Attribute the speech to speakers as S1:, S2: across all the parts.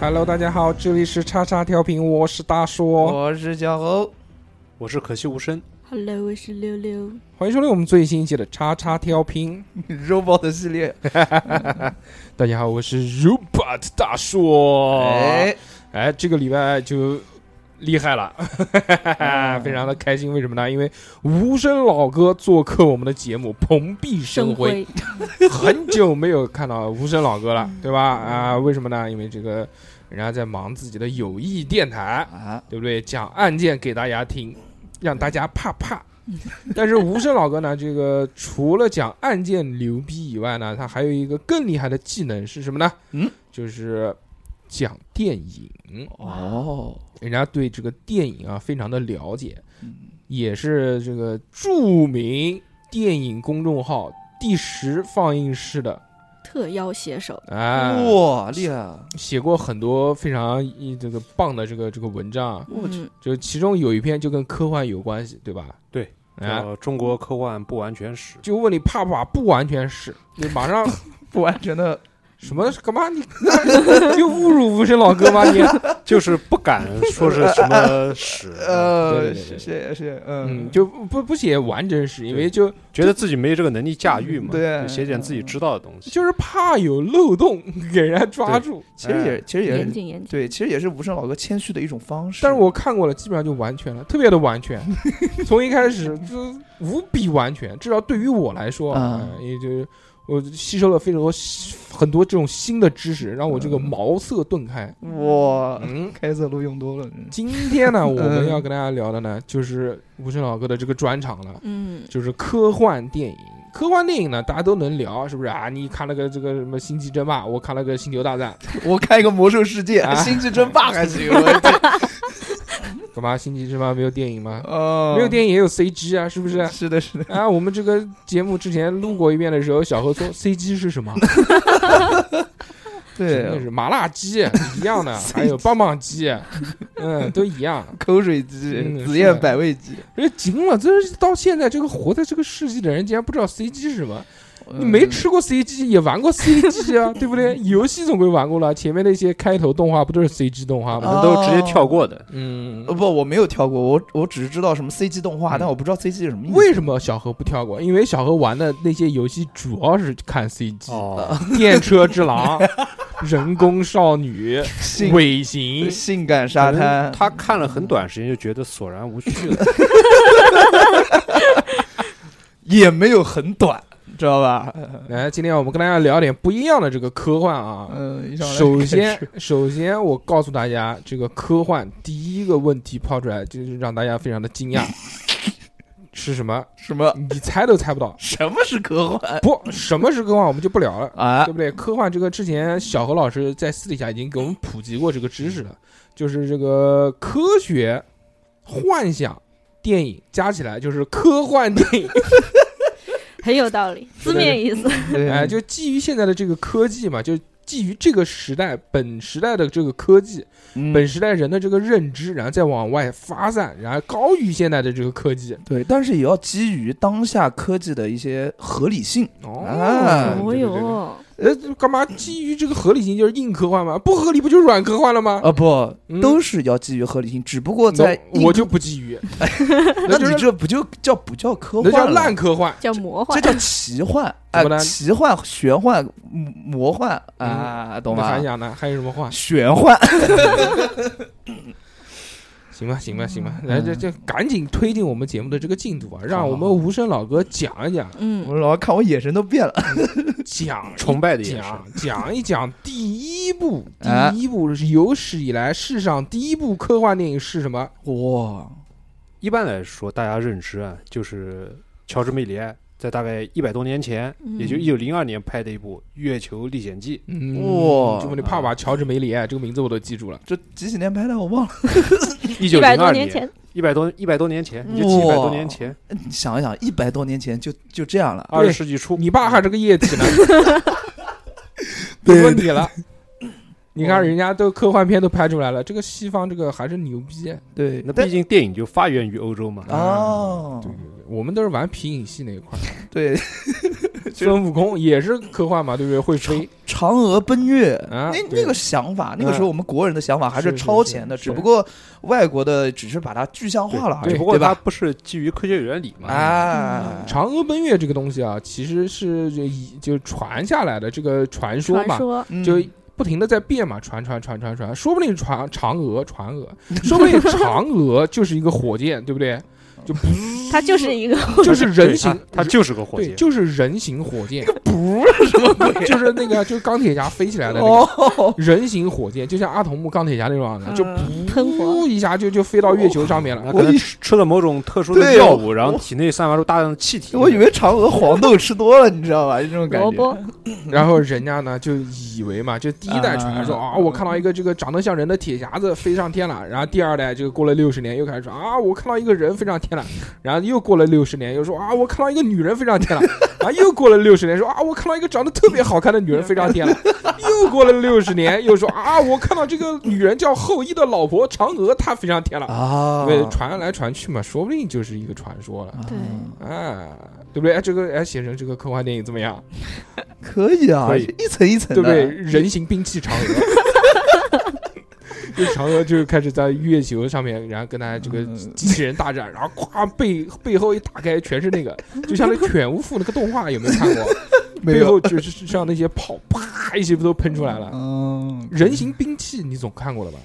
S1: Hello，大家好，这里是叉叉调频，我是大说，
S2: 我是小 欧，
S3: 我是可惜无声，
S4: Hello，我是六六。
S1: 欢迎收听我们最新一期的叉叉调频。
S2: robot 系列。
S1: 大家好，我是 Robot 大说。
S2: 哎，
S1: 哎，这个礼拜就厉害 了，非常的开心。为什么呢？因为无声老哥做客我们的节目，蓬荜生辉。
S4: 辉，
S1: 很久没有看到 无声老哥了，对吧？啊，为什么呢？因为这个人家在忙自己的友谊电台，
S2: 啊，
S1: 对不对？讲案件给大家听，让大家怕怕。
S2: 嗯
S1: 但是无声老哥呢，这个除了讲案件牛逼以外呢，他还有一个更厉害的技能是什么呢？
S2: 嗯，
S1: 就是讲电影。
S2: 哦，
S1: 人家对这个电影啊非常的了解
S2: 嗯，
S1: 也是这个著名电影公众号第十放映室的
S4: 特邀写手，
S1: 啊，
S2: 哇，厉害啊！
S1: 写过很多非常一这个棒的这个这个文章，啊
S2: 我去
S4: 嗯，
S1: 就其中有一篇就跟科幻有关系，对吧？
S3: 对，
S1: 啊，
S3: 叫《中国科幻不完全史》。
S1: 就问你怕不怕？不完全是，你马上
S2: 不完全的
S1: 什么干嘛？你 就侮辱无声老哥吗？你
S3: 嗯就是不敢说是什么史，嗯
S1: 对
S2: 呃，
S1: 啊对对对
S2: 谢谢谢，
S1: 嗯，
S2: 嗯，
S1: 就不不写完整史，因为
S3: 对
S1: 就
S3: 觉得自己没这个能力驾驭嘛，
S2: 对
S3: 就写点自己知道的东西。
S1: 就是怕有漏洞给人家抓
S3: 对
S1: 住。
S2: 其实也其实也
S4: 严
S2: 是
S4: 谨严谨。
S2: 对，其实也是无声老哥谦虚的一种方式。
S1: 但是我看过了，基本上就完全了，特别的完 全，从一开始就无比完全，至少对于我来说，
S2: 嗯
S1: 呃也就是我吸收了非常多很多这种新的知识，让我这个
S2: 嗯
S1: 茅塞顿开。
S2: 哇，
S1: 嗯，
S2: 开塞露用多了，嗯
S1: 今天呢，我们
S2: 嗯
S1: 要跟大家聊的呢，就是吴声老哥的这个专场了，
S4: 嗯，
S1: 就是科幻电影。科幻电影呢，大家都能聊，是不是啊？你看了个这个什么《星际争霸》，我看了个《星球大战
S2: 我看一个魔兽世界
S1: 啊，
S2: 星际争霸还 行，我》，
S1: 干嘛？《星际争霸》没有电影吗？
S2: 哦，
S1: 没有电影也有 CG 啊，是不是？
S2: 是的，是的，
S1: 啊，我们这个节目之前录过一遍的时候，小何说 CG 是什么？真的
S2: 对，
S1: 是麻辣鸡啊一样 的，还有棒棒鸡，嗯，都一样。
S2: 口水鸡
S1: 嗯、
S2: 紫
S1: 是的
S2: 燕百味鸡，
S1: 人家惊了，这是到现在这个活在这个世纪的人，竟然不知道 CG 是什么？你没
S2: 嗯
S1: 吃过 CG，也玩过 CG 啊，对不 对？游戏总归玩过了，前面那些开头动画不都是 CG 动画
S3: 我
S1: 吗？
S3: 们都直接跳过的，
S1: 嗯
S2: 呃，，不，我没有跳过，我我只是知道什么 CG 动画，
S1: 嗯
S2: 但我不知道 CG 是什么意思。
S1: 为什么小何不跳过？因为小何玩的那些游戏主要是看 CG，
S3: 哦，
S1: 电车之狼》《人工少女》《
S2: 性
S1: 尾 行》
S2: 性感沙
S3: 可能
S2: 滩？
S3: 他看了很短时间就觉得索然无趣了。
S2: 也没有很短，知道吧？
S1: 来，哎今天我们跟大家聊点不一样的这个科幻啊。
S2: 嗯，一上来
S1: 首
S2: 开
S1: 先
S2: 始，
S1: 首先我告诉大家，这个科幻第一个问题抛出来，就是让大家非常的惊 讶，是什么？
S2: 什么
S1: 你猜都猜不到。
S2: 什么是科幻
S1: 不，什么是科幻，我们就不聊了，
S2: 啊
S1: 对？不对？科幻这个之前小何老师在私底下已经给我们普及过这个知识了，就是这个科学、幻想、电影加起来就是科幻电 影。
S4: 很有道理，字面意思。
S2: 对
S1: 哎，就基于现在的这个科技嘛，就基于这个时代本时代的这个科技，
S2: 嗯
S1: 本时代人的这个认知，然后再往外发散，然后高于现在的这个科技。
S2: 对，但是也要基于当下科技的一些合理性。
S1: 哦
S2: 啊
S4: 哦哟，
S1: 呃，这干嘛基于这个合理性就是硬科幻吗？不合理不就是软科幻了吗？
S2: 啊，不
S1: 嗯，
S2: 都是要基于合理性，只不过在
S1: No，
S2: 硬
S1: 我就不基 于，
S2: 那
S1: 就
S2: 你
S1: 是
S2: 这不就叫不叫科
S1: 那
S2: 幻
S1: 叫
S2: 了
S1: 烂科幻。
S4: 叫魔
S2: 这
S4: 幻。
S2: 叫奇幻，
S1: 怎么呢
S2: 哎，奇幻、玄幻、魔魔幻啊，懂
S1: 那
S2: 吗
S1: 还？想呢？还有什么幻？
S2: 玄幻，
S1: 行吧，行吧，行吧，
S2: 嗯
S1: 来这这赶紧推进我们节目的这个进度啊，让我们
S2: 好
S1: 无声老哥讲 一讲，
S4: 嗯，
S2: 我老看我眼神都变了。
S1: 讲
S3: 崇拜的眼神
S1: 讲讲一讲第一部，
S2: 啊
S1: 第一部是有史以来世上第一部科幻电影是什么？
S2: 哇，
S3: 一般来说，大家认知啊，就是乔治·梅里埃在大概一百多年前，
S4: 嗯
S3: 也就一九零二年拍的一部《月球历险记》。
S1: 嗯
S2: 哇哎
S1: 就问你怕把乔治梅里哎埃这个名字我都记住了。
S2: 这几几年拍的我忘了。
S3: 一九零
S4: 一百多
S3: 二
S4: 年，前，
S3: 一百多一百多年前，你就记一百多
S2: 哇
S3: 年前，
S2: 你想一想，一百多年前就就这样
S1: 啊
S2: 了。
S3: 二十世纪初，
S1: 你爸还是个液体呢，
S2: 对
S1: 就问你了。你看人家都科幻片都拍出来了，这个西方这个还是牛逼。
S2: 对，
S3: 那
S2: 但
S3: 毕竟电影就发
S1: 啊
S3: 源于欧洲嘛。
S2: 哦
S1: 对，对对，我们都是玩皮影戏那一块儿，
S2: 对，
S1: 孙悟空也是科幻嘛，对不对？会飞
S2: 嫦娥奔月，
S1: 啊
S2: 那
S1: 对
S2: 那个想法，那个时候我们国人的想法还
S1: 是
S2: 是
S1: 是是
S2: 超前的，
S1: 是
S2: 只不过外国的只是把它具象化了而已，
S3: 只不过
S2: 对
S3: 它
S2: 吧？
S3: 不是基于科学原理嘛。
S2: 啊，
S1: 嫦娥奔月这个东西啊，其实是就以就传下来的这个传说
S4: 传
S1: 嘛，
S4: 说
S2: 嗯
S1: 就不停的在变嘛，传传传传传，说不定传嫦娥嫦娥，说不定嫦娥就是一个火箭，对不对？就不
S4: 它就是一个
S1: 就是人形
S3: 对，它它就是个火
S1: 对，
S3: 箭，
S1: 就是人形火箭，
S2: 不是什么鬼啊
S1: 就是那个啊就是钢铁侠飞起来的那个
S2: 哦，
S1: 人形火箭，就像阿童木钢铁侠那种样的，就
S2: 嗯
S4: 喷火，
S1: 噗一下就就飞到月球上面了。
S3: 它可能
S2: 我以
S3: 吃吃了某种特殊的
S2: 对
S3: 药物，
S2: 我
S3: 然后体内散发出大量的气体。
S2: 我以为嫦娥黄豆吃多了，你知道吧？这种感
S4: 萝
S2: 觉。
S4: 卜
S1: 然后人家呢就以为嘛，就第一代传说
S2: 啊
S1: 啊，我看到一个这个长得像人的铁匣子飞上天了。然后第二代这个过了六十年又开始说啊，我看到一个人飞上天了。 然后又过了六十年又说啊，我看到一个女人飞上天了。啊，又过了六十年说啊，我看到一个长得特别好看的女人飞上天了。又过了六十年又说啊，我看到这个女人叫后羿的老婆嫦娥，她飞上天了。
S2: 啊，
S1: 对，传来传去嘛，说不定就是一个传说了。
S4: 对
S1: 啊，对不对？哎，这个哎，写成这个科幻电影怎么样？
S2: 可以啊，
S3: 可以
S2: 一层一层
S1: 对
S2: 的，
S1: 不对？？人形兵器嫦娥， 就嫦娥就开始在月球上面，然后跟他这个
S2: 嗯
S1: 机器人大战，然后咵背背后一打开，全是那个，就像那个犬巫妇那个动画有没有看过？
S2: 没
S1: 背
S2: 有，
S1: 后就是像那些炮，啪一些不都喷出来了。
S2: 嗯，
S1: 人形兵器你总看过了吧？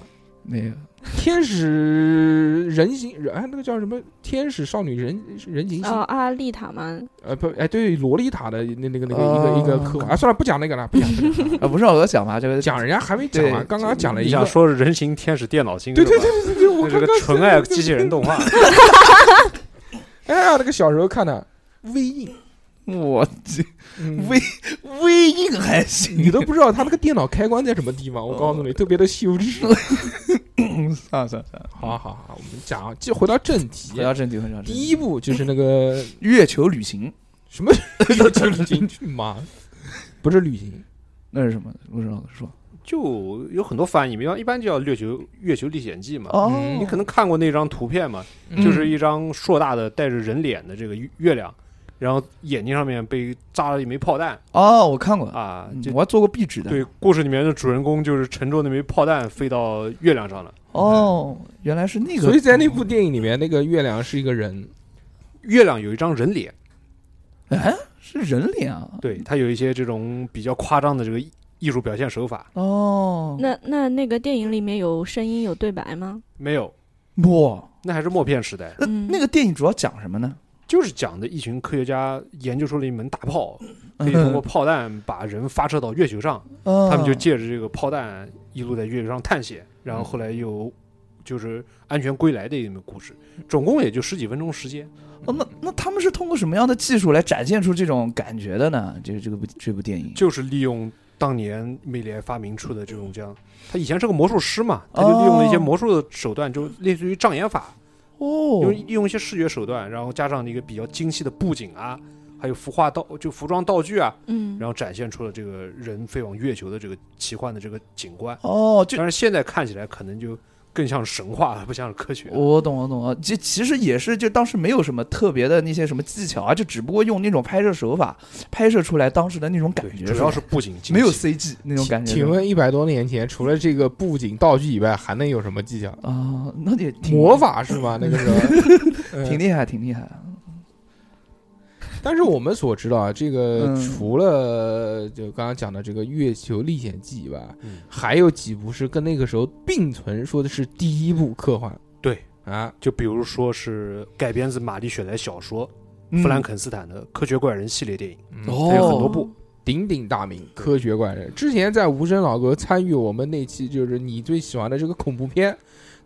S2: 没有，
S1: 天使人形哎，那个叫什么？天使少女人人形系
S4: 哦，阿丽塔嘛，
S1: 呃不哎，对于萝莉塔的那那个那个
S2: 哦
S1: 一个一个科幻啊，算了，不讲那个了，不讲不 讲
S2: 啊，不是我讲嘛，这个
S1: 讲人家还没讲完，
S2: 对
S1: 刚刚讲了
S3: 你
S1: 一个
S3: 想说是人形天使电脑星
S1: 对
S3: 是吧
S1: 对对对对，我
S3: 这是
S1: 刚
S3: 个
S1: 刚
S3: 纯爱机器人动 画，
S1: 哎呀，那个小时候看的微印，
S2: 我
S1: 嗯
S2: 微微硬还行，
S1: 你都不知道他那个电脑开关在什么地方，我告
S2: 哦
S1: 诉你，特别的羞耻。
S2: 算了算了算了，
S1: 好好好，我们讲，啊就回到正题
S2: 回。到正题，回到正
S1: 第
S2: 题，
S1: 一步就是那 个
S2: 月球旅行
S1: 什 么旅行去吗？不是旅行，
S2: 那是什么？陆老师说，
S3: 就有很多翻译，比方一般就叫《月球月球历险记》嘛。
S2: 哦
S1: 嗯
S3: 你可能看过那张图片嘛，
S1: 嗯
S3: 就是一张硕大的带着人脸的这个月月亮，然后眼睛上面被扎了一枚炮弹
S2: 哦，我看过，
S3: 啊
S2: 嗯，
S3: 就
S2: 我还做过壁纸的，
S3: 对，故事里面的主人公就是乘坐那枚炮弹飞到月亮上了。
S2: 哦，原来是那个，
S1: 所以在那部电影里面，那个月亮是一个人，
S3: 月亮有一张人脸，
S2: 哎是人脸啊，
S3: 对，它有一些这种比较夸张的这个艺艺术表现手法。
S2: 哦，
S4: 那那那个电影里面有声音有对白吗？
S3: 没有，
S2: 哇，
S3: 那还是默片时代，
S2: 那
S4: 嗯
S2: 那个电影主要讲什么呢？
S3: 就是讲的一群科学家研究出了一门大炮，可以通过炮弹把人发射到月球上，
S2: 嗯，
S3: 他
S2: 他
S3: 们就借着这个炮弹一路在月球上探险，然后后来又就是安全归来的一个故事，总共也就十几分钟时间。
S2: 哦，那那他们是通过什么样的技术来展现出这种感觉的呢？就是这个部这部电影，
S3: 就是利用当年美联发明出的这
S2: 嗯
S3: 种这样，他以前是个魔术师嘛，他就利用了一些
S2: 哦
S3: 魔术的手段，就类似于障眼法，
S2: 哦
S3: 用利用一些视觉手段，然后加上一个比较精细的布景啊，还有服化道就服装道具啊，
S4: 嗯
S3: 然后展现出了这个人飞往月球的这个奇幻的这个景观。
S2: 哦，就
S3: 但是现在看起来可能就更像是神话了，不像是科学了。
S2: 我懂我懂啊，这其实也是就当时没有什么特别的那些什么技巧啊，就只不过用那种拍摄手法拍摄出来当时的那种感
S3: 对，
S2: 觉，
S3: 主要是布景精细
S2: 没有 CG 那种感觉。
S1: 请问一百多年前，除了这个布景道具以外，还能有什么技巧？
S2: 啊，那也挺
S1: 魔法是吧？那个 时候嗯
S2: 挺厉害，挺厉害。
S1: 但是我们所知道啊，这个
S2: 嗯
S1: 除了就刚刚讲的这个《月球历险记》以外，
S3: 嗯
S1: 还有几部是跟那个时候并存，说的是第一部科幻。
S3: 对
S1: 啊，
S3: 就比如说是改编自玛丽雪莱小说
S2: 嗯
S3: 《弗兰肯斯坦的科学怪人》系列电影，
S1: 哦，
S3: 它有很多
S2: 哦，
S3: 部。
S1: 鼎鼎大名《科学怪人》。之前在无声老哥参与我们那期就是你最喜欢的这个恐怖片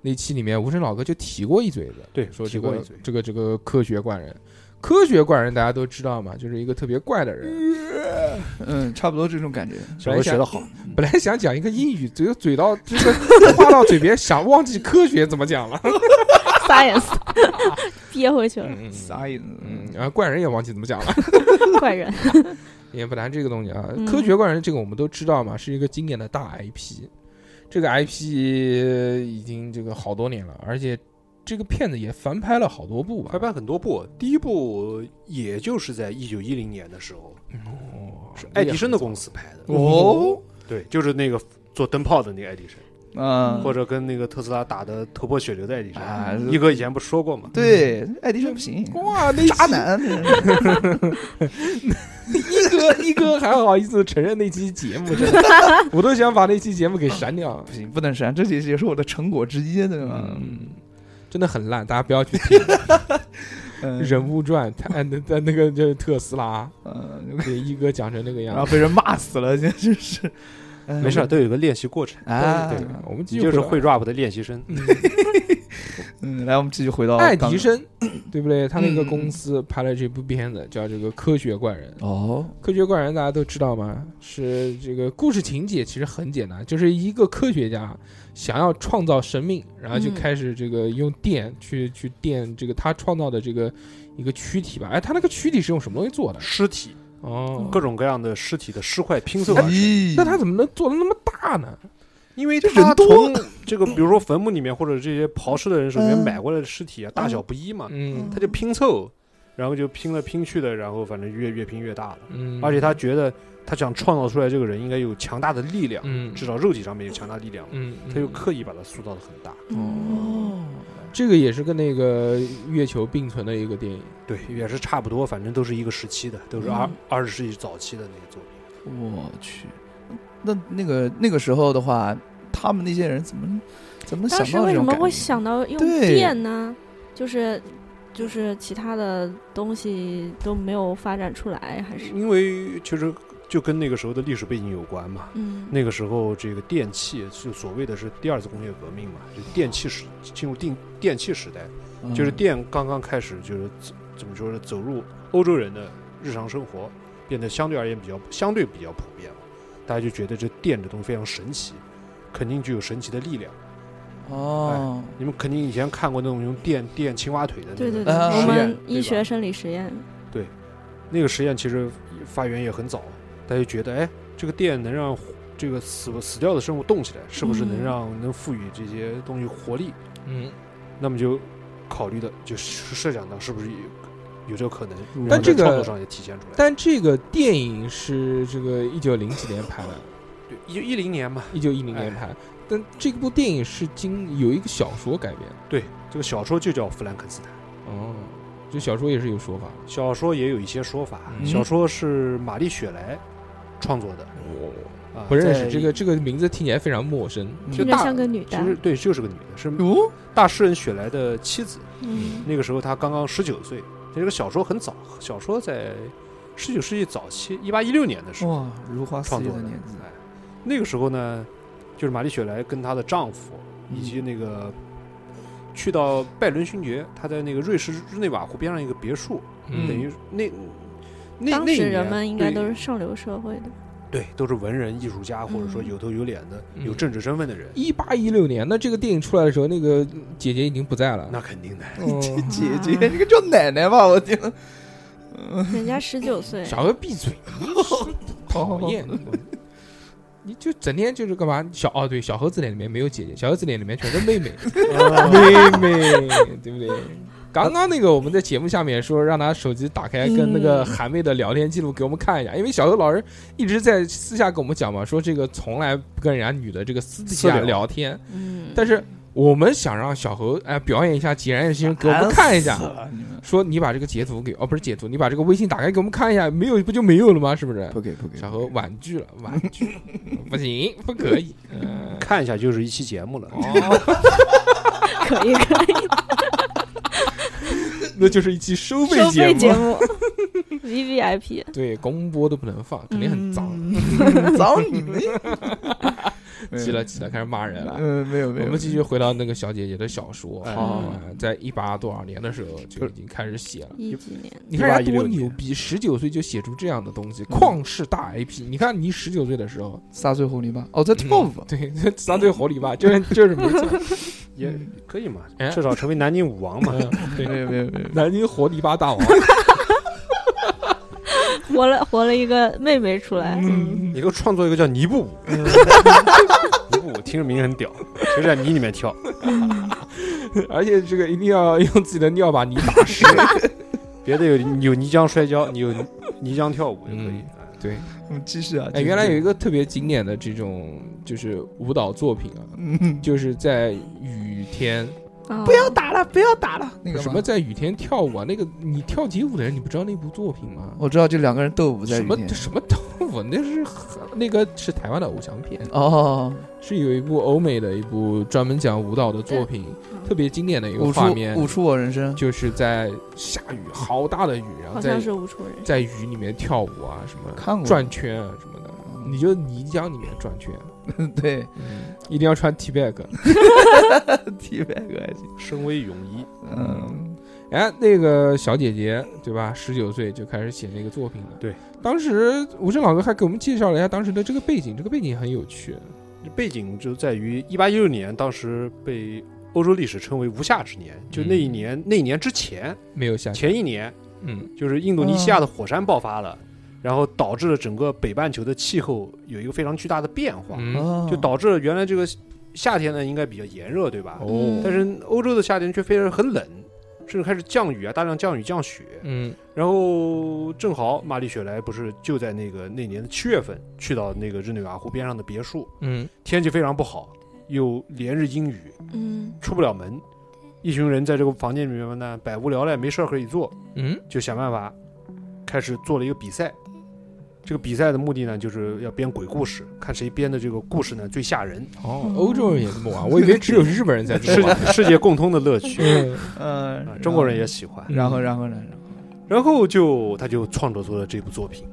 S1: 那期里面，无声老哥就提过一嘴子，
S3: 对，
S1: 说
S3: 提
S1: 这
S3: 过一
S1: 个
S3: 嘴。
S1: 这个这个科学怪人。科学怪人大家都知道嘛，就是一个特别怪的人。
S2: 嗯，差不多这种感觉。
S3: 小何学得好，
S1: 本来想讲一个英语，嘴嘴到这个话到嘴边，想忘记科学怎么讲了。
S4: 哦，science 憋回去了，
S1: 嗯
S2: 啥意思？
S1: 嗯，然后怪人也忘记怎么讲了，
S4: 怪人，
S1: 也不谈这个东西啊。
S4: 嗯
S1: 科学怪人这个我们都知道嘛，是一个经典的大 IP，这个 IP 已经这个好多年了，而且这个片子也翻拍了好多部吧？
S3: 拍拍很多部，第一部也就是在一九一零年的时候，
S1: 哦，
S3: 是
S2: 哎
S3: 爱迪生的公司拍的，
S2: 哦，
S3: 对，就是那个做灯泡的那个爱迪生，
S2: 嗯，
S3: 或者跟那个特斯拉打的头破血流的爱迪生。
S2: 啊，
S3: 一哥以前不说过吗？
S2: 对，爱迪生不行，
S1: 哇，那
S2: 渣
S1: 期
S2: 男，
S1: 一哥一哥还好意思承认那期节目，真的， 我都想把那期节目给删掉
S2: 不。行，啊不能删，这也也是我的成果之一，对吧？
S1: 嗯，真的很烂，大家不要去听《
S2: 嗯，
S1: 人物传》他。他那那个就是特斯拉，
S2: 嗯，
S1: 给一哥讲成那个样
S2: 然
S1: 子
S2: 后。被人骂死了， 简直是，哎
S3: 没事儿，都有个练习过程，
S2: 啊，
S1: 对，我们继
S3: 你
S1: 续
S3: 就是
S1: 回
S3: 会 rap 的练习生。
S2: 嗯，来，我们继续回
S3: 哦
S2: 到
S1: 到爱
S2: 刚
S1: 迪生，对不对？他那个
S2: 嗯
S1: 公司拍了这部片子，叫这个《科学怪人》。
S2: 哦，
S1: 科学怪人大家都知道吗？是这个故事情节其实很简单，就是一个科学家想要创造生命，然后就
S4: 嗯
S1: 开始这个用电去去电这个他创造的这个一个躯体吧。哎，他那个躯体是用什么东西做的？
S3: 尸体，
S1: 哦，
S3: 各种各样的尸体的尸块拼凑而成，
S2: 咦，
S1: 那他怎么能做的那么大呢？
S3: 因为
S2: 哎这
S3: 他
S2: 人多
S3: 从这个，比如说坟墓里面或者这些刨尸的人手里面
S2: 嗯
S3: 买过来的尸体啊，大小不一嘛，
S1: 嗯
S3: 他就拼凑，然后就拼来拼去的，然后反正越越拼越大了。
S1: 嗯，
S3: 而且他觉得他想创造出来这个人应该有强大的力量，
S1: 嗯
S3: 至少肉体上面有强大力量，
S1: 嗯，
S3: 他就
S1: 嗯
S3: 刻意把它塑造的很大。
S2: 哦
S4: 嗯，
S1: 这个也是跟那个月球并存的一个电影。
S3: 对，也是差不多，反正都是一个时期的，都是
S1: 嗯
S3: 二二十世纪早期的那个作品。
S2: 我去，那那个那个时候的话，他们那些人怎么怎么能
S4: 当
S2: 想
S4: 时
S2: 到
S4: 为
S2: 这
S4: 什
S2: 种
S4: 么
S2: 感
S4: 会
S2: 觉？
S4: 想到用
S2: 对
S4: 电呢？就是就是其他的东西都没有发展出来，还是
S3: 因为其实就跟那个时候的历史背景有关嘛。
S4: 嗯
S3: 那个时候，这个电器就所谓的是第二次工业革命嘛，就电器时进入电电器时代，
S2: 嗯
S3: 就是电刚刚开始，就是走怎么说呢，走入欧洲人的日常生活，变得相对而言比较相对比较普遍了。大家就觉得这电这东西非常神奇，肯定具有神奇的力量。
S2: 哦，
S3: 你们肯定以前看过那种用电电青蛙腿的那
S4: 对
S3: 个
S4: 对
S3: 实
S4: 对，
S2: 啊
S4: 我
S3: 验，
S4: 们
S3: 对
S4: 医
S3: 吧
S4: 学生理实验，
S3: 那个实验其实发源也很早，大家就觉得，哎，这个电能让这个死死掉的生物动起来，是不是能
S4: 嗯
S3: 让、能赋予这些东西活力？
S1: 嗯，
S3: 那么就考虑的就设想到是不是有有这个可能？然
S1: 嗯但
S3: 后
S1: 这
S3: 在创
S1: 个
S3: 作上也体现出来。
S1: 但这个电影是这个一九零几年拍的，
S3: 对，一九一零年嘛，
S1: 一九一零年拍。但这部电影是经有一个小说改编的
S3: 对，这个小说就叫《弗兰肯斯坦》，
S1: 哦，这小说也是有说法的。
S3: 小说也有一些说法，
S1: 嗯
S3: 小说是玛丽雪莱创作的
S1: 哦，
S3: 啊，
S1: 不认
S3: 在
S1: 识这个这个名字听起来非常陌生。
S3: 就
S4: 听着
S3: 大
S4: 像个女
S3: 其
S4: 的，
S3: 实对，就是个女的，是
S1: 哦
S2: 哟，
S3: 大诗人雪莱的妻子。
S4: 嗯
S3: 那个时候她刚刚十九岁，这个小说很早，小说在十九世纪早期，一八一六年的时候
S2: 哇，如花似
S3: 创
S2: 玉
S3: 作
S2: 的
S3: 的
S2: 年纪，
S3: 哎，那个时候呢，就是玛丽雪莱跟她的丈夫以及那个去到拜伦勋爵，她在那个瑞士日内瓦湖边上一个别墅，
S2: 嗯
S3: 等于那那
S4: 当
S3: 那一
S4: 时
S3: 年
S4: 人们应该
S3: 对
S4: 都是上流社会的，
S3: 对都是文人艺术家，或者说
S4: 嗯
S3: 有头有脸的、
S1: 嗯
S3: 有政治身份的人，
S1: 一八一六年，那这个电影出来的时候，那个姐姐已经不在了。
S3: 那肯定的。
S1: 哦
S2: 姐姐， 这个叫奶奶吧，我天，嗯，
S4: 人家十九岁，
S1: 小何闭嘴，讨 厌！你就整天就是干嘛？小哦，对，小何字典里面没有姐姐，小何字典里面全是妹妹， 妹妹，对不对？刚刚那个我们在节目下面说让他手机打开跟那个韩妹的聊天记录给我们看一呃下，因为小何老师一直在私下跟我们讲嘛，说这个从来不跟人家女的这个私底下
S3: 私聊
S1: 聊天，
S4: 嗯，
S1: 但是我们想让小何哎、表演一下孑然一身给我们看一下
S2: 烦死，了你们
S1: 说你把这个截图给哦，不是截图，你把这个微信打开给我们看一下，没有不就没有了吗？是不是？
S2: 不给不给，
S1: 小何婉拒了，婉拒了，不行，不可以。嗯、
S3: 看一下就是一期节目了，
S1: 哦，
S4: 可以可以，
S1: 那就是一期收费
S4: 收
S1: 节
S4: 费节
S1: 目，
S4: 目，V V I P，
S1: 对，公播都不能放，肯定很脏。
S2: 嗯，脏你们，
S1: 急了急了，开始骂人了。
S2: 嗯嗯，没有没有，
S1: 我们继续回到那个小姐姐的小说，
S3: 哎
S2: 好
S1: 嗯在一八多少年的时候就已经开始写了。
S4: 一几年，
S1: 你看人家
S3: 1816
S1: 多牛逼，十九岁就写出这样的东西，旷世大 IP。你看你十九岁的时 候，
S2: 撒最红泥巴，
S1: 嗯
S2: 哦，在 twelve，
S1: 对，咱对猴里吧，就是就是没错，
S3: 也可以嘛
S1: 哎，
S3: 至少成为南京舞王嘛。
S1: 嗯
S2: 没
S1: 对
S2: 有没有没有，
S1: 南京活泥巴大王，
S4: 活了活了一个妹妹出来，
S3: 你给我创作一个叫尼布舞，尼布舞听着名字很屌，就在泥里面跳。
S1: 而且这个一定要用自己的尿把泥打 湿。
S3: 别的有有泥浆摔跤，你 有泥浆跳舞就可以哎
S1: 嗯。对，
S2: 嗯，继续啊。继
S1: 哎，
S2: 续
S1: 原来有一个特别经典的这种就是舞蹈作品啊，
S2: 嗯，
S1: 就是在雨天，
S4: 不要
S2: 不要打了，不要打了，那个吗
S1: 什么，在雨天跳舞啊，那个你跳街舞的人，你不知道那部作品吗？
S2: 我知道，就两个人斗舞在
S1: 什
S2: 雨
S1: 么
S2: 天。
S1: 什么跳舞？那是很那个是台湾的偶像片，
S2: 哦，
S1: 是有一部欧美的一部专门讲舞蹈的作品，
S4: 嗯
S1: 特别经典的一个
S2: 舞出
S1: 画面，
S2: 舞出我人生，
S1: 就是在下雨，好大的雨，然后
S4: 好
S1: 在
S4: 像是无处人。
S1: 在雨里面跳舞啊，什么
S2: 看过
S1: 转圈啊什么的，你就泥浆里面转圈，
S2: 对
S3: 嗯
S1: 一定要穿 T bag。
S2: ，T 百个还行，
S3: 身为泳衣，
S2: 嗯，
S1: 哎，那个小姐姐对吧？十九岁就开始写那个作品了。
S3: 对，
S1: 当时吴声老哥还给我们介绍了一下当时的这个背景，这个背景很有趣。
S3: 背景就在于一八一六年，当时被欧洲历史称为无夏之年。
S1: 嗯
S3: 就那一年，那一年之前，
S1: 没有下，
S3: 前一年
S1: 嗯，
S3: 就是印度尼西亚的火山爆发了，然后导致了整个北半球的气候有一个非常巨大的变化，
S1: 嗯
S2: 哦
S3: 就导致了原来这个夏天呢应该比较炎热，对吧？
S4: 嗯
S1: 哦，
S3: 但是欧洲的夏天却非常很冷，甚至开始降雨啊，大量降雨降雪。
S1: 嗯
S3: 然后正好玛丽雪莱不是就在那个那年的七月份去到那个日内瓦湖边上的别墅，
S1: 嗯
S3: 天气非常不好，又连日阴雨，
S4: 嗯
S3: 出不了门。一群人在这个房间里面呢，百无聊赖，没事儿可以做，
S1: 嗯
S3: 就想办法开始做了一个比赛。这个比赛的目的呢，就是要编鬼故事，看谁编的这个故事呢最吓人，
S1: 哦，欧洲人也这么玩，我以为只有日本人在这
S3: 世
S1: 么玩。
S3: 世界共通的乐趣
S1: 嗯
S2: 嗯
S3: 啊，中国人也喜欢。
S2: 然后，然后，然后，然后
S3: 然后就他就创作出了这部作品，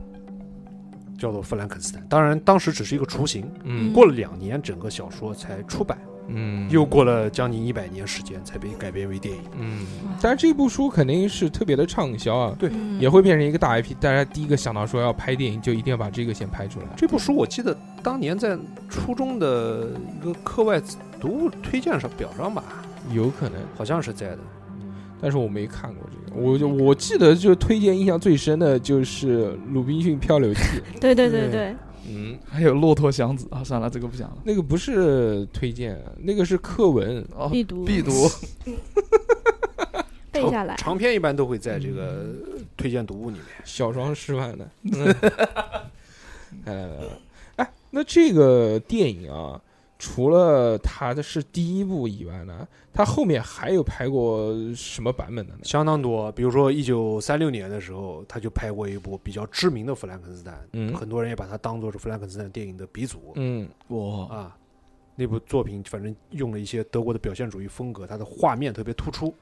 S3: 叫做《弗兰肯斯坦》。当然，当时只是一个雏形，
S1: 嗯
S3: 过了两年，整个小说才出版，
S1: 嗯，
S3: 又过了将近一百年时间才被改编为电影。
S1: 嗯，但是这部书肯定是特别的畅销啊，
S4: 嗯，
S1: 也会变成一个大 IP。大家第一个想到说要拍电影，就一定要把这个先拍出来。
S3: 这部书我记得当年在初中的一个课外读物推荐上表上吧，
S1: 有可能，
S3: 好像是在的。
S1: 但是我没看过这个。我就我记得就推荐印象最深的就是《鲁滨逊漂流记》。
S4: 对对对
S3: 对
S4: 对，
S1: 嗯，
S2: 还有骆驼祥子啊，算了，这个不讲了。
S1: 那个不是推荐，啊那个是课文。
S2: 哦，
S4: 必读
S2: 必读，
S4: 背下来。
S3: 长篇一般都会在这个推荐读物里面。
S1: 小双示范的。嗯 来来来来，哎，那这个电影啊，除了它的是第一部以外呢，它后面还有拍过什么版本的呢？
S3: 相当多。比如说，一九三六年的时候，他就拍过一部比较知名的《弗兰肯斯坦》，
S1: 嗯
S3: 很多人也把它当做是《弗兰肯斯坦》电影的鼻祖、
S1: 嗯
S2: 哇，
S3: 啊。那部作品反正用了一些德国的表现主义风格，它的画面特别突出，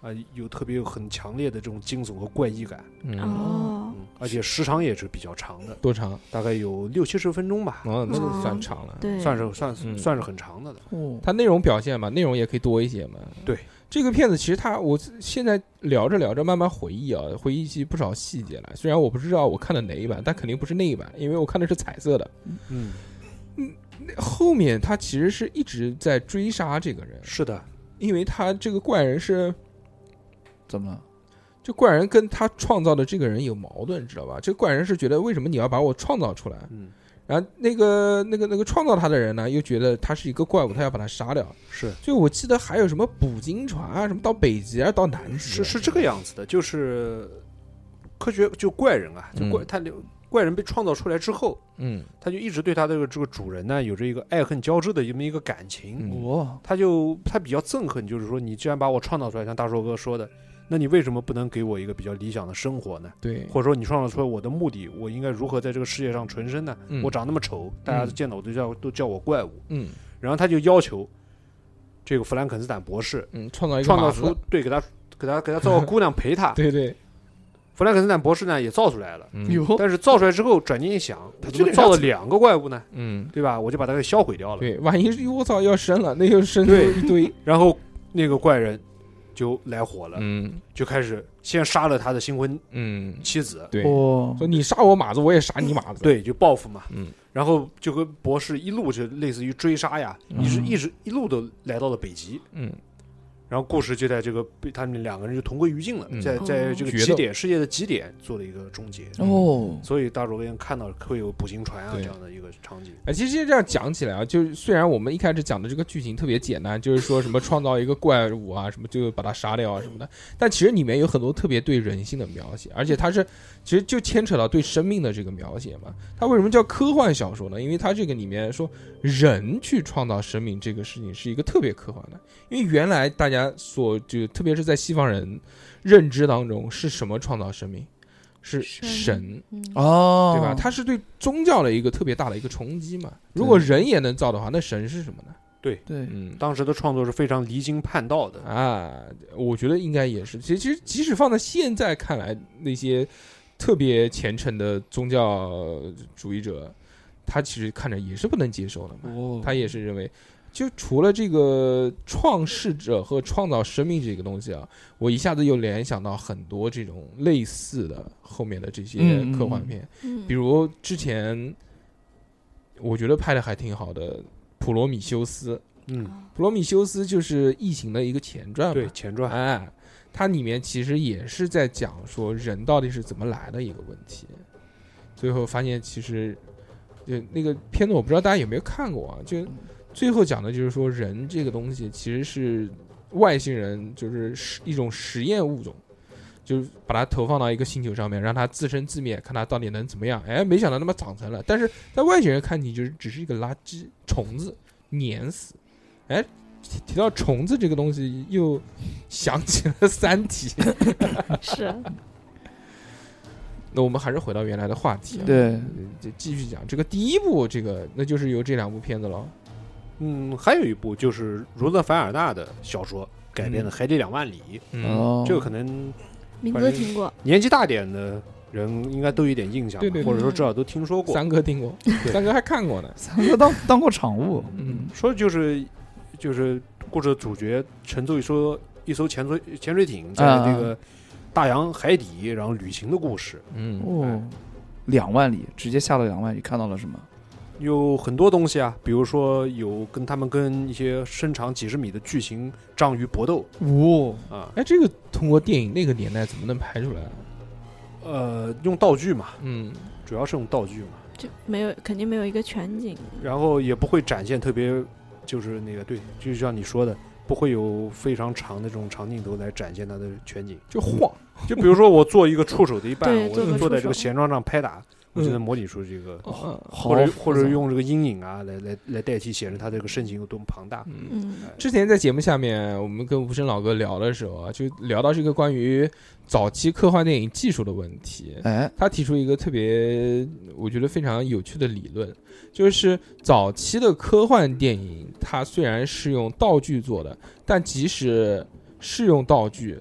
S3: 啊、有特别有很强烈的这种惊悚和怪异感，
S1: 嗯，
S4: 哦，
S3: 嗯，而且时长也是比较长的，
S1: 多长？
S3: 大概有六七十分钟吧，
S1: 哦，那个算长了。
S4: 对，
S3: 哦算是算
S1: 嗯
S3: 算是很长的了。
S2: 哦
S1: 它内容表现嘛，内容也可以多一些嘛。
S3: 对，
S1: 这个片子其实它，我现在聊着聊着慢慢回忆啊，回忆起不少细节来。虽然我不知道我看的哪一版，但肯定不是那一版，因为我看的是彩色的。
S3: 嗯，
S1: 后面他其实是一直在追杀这个人，
S3: 是的，
S1: 因为他这个怪人是，
S2: 怎么了？
S1: 这怪人跟他创造的这个人有矛盾，知道吧？这怪人是觉得为什么你要把我创造出来？
S3: 嗯，
S1: 然后那个那个那个创造他的人呢，又觉得他是一个怪物，他要把他杀掉。
S3: 是
S1: 所以我记得还有什么捕鲸船啊，什么到北极啊，到南极啊，
S3: 是是这个样子的，就是科学就怪人啊，就怪
S1: 嗯
S3: 他留怪人被创造出来之后，
S1: 嗯
S3: 他就一直对他的这个这个主人呢有着一个爱恨交织的这么一个感情，
S1: 嗯
S2: 哇，
S3: 他就他比较憎恨，就是说你既然把我创造出来，像大硕哥说的，那你为什么不能给我一个比较理想的生活呢？
S1: 对，
S3: 或者说你创造出来我的目的，我应该如何在这个世界上存身呢？
S1: 嗯
S3: 我长那么丑，大家见到我都叫都叫我怪物，
S1: 嗯
S3: 然后他就要求这个弗兰肯斯坦博士
S1: 嗯，创造一个
S3: 创造
S1: 马子
S3: 出对给他给他给他造个姑娘陪他
S1: ，对对，
S3: 弗兰肯斯坦博士呢也造出来了，
S2: 有
S1: 嗯
S3: 但是造出来之后，转念一想，我
S2: 这
S3: 怎么
S2: 个
S3: 造了
S2: 样子
S3: 两个怪物呢？
S1: 嗯，
S3: 对吧？我就把它给销毁掉了。
S1: 对，万一是我操要生了，那又生出
S3: 对
S1: 一堆，
S3: 然后那个怪人就来火了，
S1: 嗯
S3: 就开始先杀了他的新婚
S1: 嗯，
S3: 妻子，
S1: 对，
S2: 哇，
S1: 说你杀我马子，我也杀你马子，，
S3: 哦对，就报复嘛。
S1: 嗯，
S3: 然后就跟博士一路就类似于追杀呀，
S1: 嗯
S3: 一直一直一路都来到了北极。
S1: 嗯
S3: 然后故事就在这个被他们两个人就同归于尽了，
S1: 嗯
S3: 在在这个
S1: 决
S3: 极
S1: 斗嗯
S3: 点世界的极点做了一个终结。
S2: 哦，
S3: 所以大周边看到会有捕鲸船啊
S1: 对
S3: 这样的一个场景，
S1: 哎，其实这样讲起来啊，就是虽然我们一开始讲的这个剧情特别简单，就是说什么创造一个怪物啊，什么就把它杀掉啊什么的，但其实里面有很多特别对人性的描写，而且它是其实就牵扯到对生命的这个描写嘛。它为什么叫科幻小说呢？因为它这个里面说人去创造生命这个事情是一个特别科幻的，因为原来大家所就特别是在西方人认知当中是什么创造生命？是
S4: 神
S1: 神，
S4: 嗯
S2: 哦，
S1: 对吧？它是对宗教的一个特别大的一个冲击嘛。如果人也能造的话，那神是什么呢？
S2: 对，
S1: 嗯
S3: 当时的创作是非常离经叛道的。
S1: 啊，我觉得应该也是。其实，其实即使放在现在看来，那些特别虔诚的宗教主义者，他其实看着也是不能接受的嘛。
S2: 哦
S1: 他也是认为，就除了这个创世者和创造生命这个东西啊，我一下子又联想到很多这种类似的后面的这些
S2: 嗯嗯
S1: 科幻
S2: 嗯
S1: 片。
S4: 嗯
S1: 比如之前我觉得拍的还挺好的《普罗米修斯》，《
S3: 嗯，
S1: 普罗米修斯》就是《异形》的一个前传嘛，
S3: 对，前传
S1: 哎，它里面其实也是在讲说人到底是怎么来的一个问题。最后发现其实，就那个片子我不知道大家有没有看过啊，就最后讲的就是说人这个东西其实是外星人就是实一种实验物种。就是把它投放到一个星球上面，让它自生自灭，看它到底能怎么样。哎，没想到他妈长成了，但是在外星人看你就是只是一个垃圾虫子，碾死。哎，提提到虫子这个东西，又想起了《三体》。
S4: 是
S1: 那我们还是回到原来的话题啊，
S2: 对，
S1: 就继续讲这个第一部，这个那就是由这两部片子了。
S3: 嗯，还有一部就是儒勒凡尔纳的小说改编的
S1: 嗯
S3: 《海底两万里》，
S2: 哦，
S3: 这个可能
S4: 名
S3: 反
S4: 字
S3: 正
S4: 听过，
S3: 年纪大点的人应该都有点印象吧，
S1: 对对对
S3: 或者说至少都听说过。
S1: 三哥听过， 三哥还看过呢。
S2: 三哥当当过场务，
S1: 嗯
S2: 嗯，
S3: 说的就是就是故事的主角乘坐一艘一艘潜水潜水艇在
S2: 啊
S3: 那个大洋海底，然后旅行的故事，
S1: 嗯
S2: 哦，两万里直接下到两万里，看到了什么？
S3: 有很多东西啊，比如说有跟他们跟一些身长几十米的巨型章鱼搏斗
S2: 哦，
S3: 啊，
S1: 哎，这个通过电影那个年代怎么能拍出来啊？
S3: 呃，用道具嘛，
S1: 嗯，
S3: 主要是用道具嘛，
S4: 就没有肯定没有一个全景，
S3: 然后也不会展现特别就是那个对，就像你说的。不会有非常长的这种长镜头来展现它的全景，
S1: 就晃，
S3: 就比如说我做一个触手的一半，
S4: 对
S3: 我
S4: 做个
S3: 坐在
S4: 触
S3: 这个
S4: 手
S3: 弦桩上拍打，我
S1: 嗯
S3: 就能模拟出这个，
S1: 哦
S2: 好
S3: 或者或者
S2: 复杂
S3: 用这个阴影啊来来来代替，显示他这个身形有多么庞大。
S1: 嗯。
S4: 嗯
S1: 之前在节目下面，我们跟无声老哥聊的时候啊，就聊到这个关于早期科幻电影技术的问题。
S2: 哎，
S1: 他提出一个特别，我觉得非常有趣的理论，就是早期的科幻电影，它虽然是用道具做的，但即使是用道具，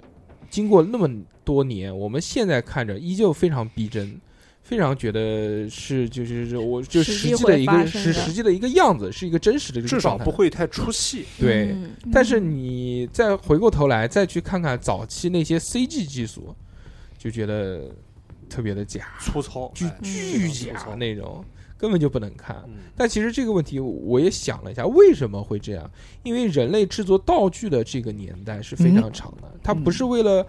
S1: 经过那么多年，我们现在看着依旧非常逼真，非常觉得是就是是我就
S4: 实
S1: 实
S4: 际
S1: 际
S4: 会
S1: 的一
S4: 发
S1: 个
S4: 生
S1: 是
S4: 的
S1: 实际的一个样子，是一个真实的一个
S3: 至少
S1: 状态
S3: 不。会太出戏。
S1: 对，
S4: 嗯
S1: 但是你再回过头来再去看看早期那些 CG 技术，就觉得特别的假。
S3: 粗糙，
S1: 巨
S3: 哎
S1: 巨
S3: 非常粗
S1: 假
S3: 糙
S1: 啊那种，根本就不能看。
S3: 嗯，
S1: 但其实这个问题我也想了一下，为什么会这样？因为人类制作道具的这个年代是
S4: 嗯
S1: 非常长的，它不是为了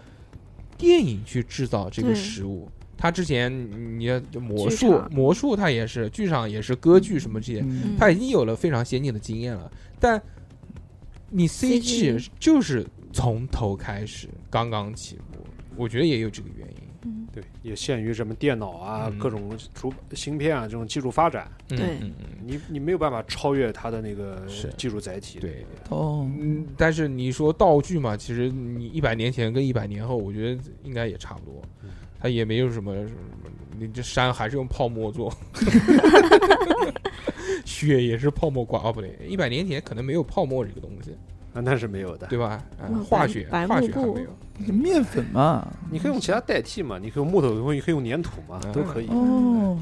S1: 电影去制造这个
S4: 对
S1: 食物。它之前你看魔
S4: 剧
S1: 术，
S4: 场
S1: 魔术它也是，剧场也是，歌剧什么这些，
S2: 嗯
S1: 它已经有了非常先进的经验了。但你 CG 就是从头开始，刚刚起步，我觉得也有这个原因。
S4: 嗯
S3: 对，也限于什么电脑啊、
S1: 嗯
S3: 各种主芯片啊这种技术发展，
S1: 嗯
S4: 对
S1: 嗯嗯
S3: 你你没有办法超越它的那个
S1: 是
S3: 技术载体。，
S1: 对。
S2: 哦，
S1: 嗯，但是你说道具嘛，其实你一百年前跟一百年后，我觉得应该也差不多
S3: 嗯，
S1: 它也没有什么什么，你这山还是用泡沫 做，雪也是泡沫挂，哦不对，一百年前可能没有泡沫这个东西，
S3: 那那是没有的。
S1: 对吧？啊
S4: 嗯
S1: 化学
S4: 白
S1: 化
S4: 白
S1: 学
S4: 幕
S1: 还
S4: 布
S1: 没有，
S2: 面粉嘛，
S3: 你可以用其他代替嘛，你可以用木头，你可以用粘土嘛，
S1: 嗯
S3: 都可以。
S2: 哦，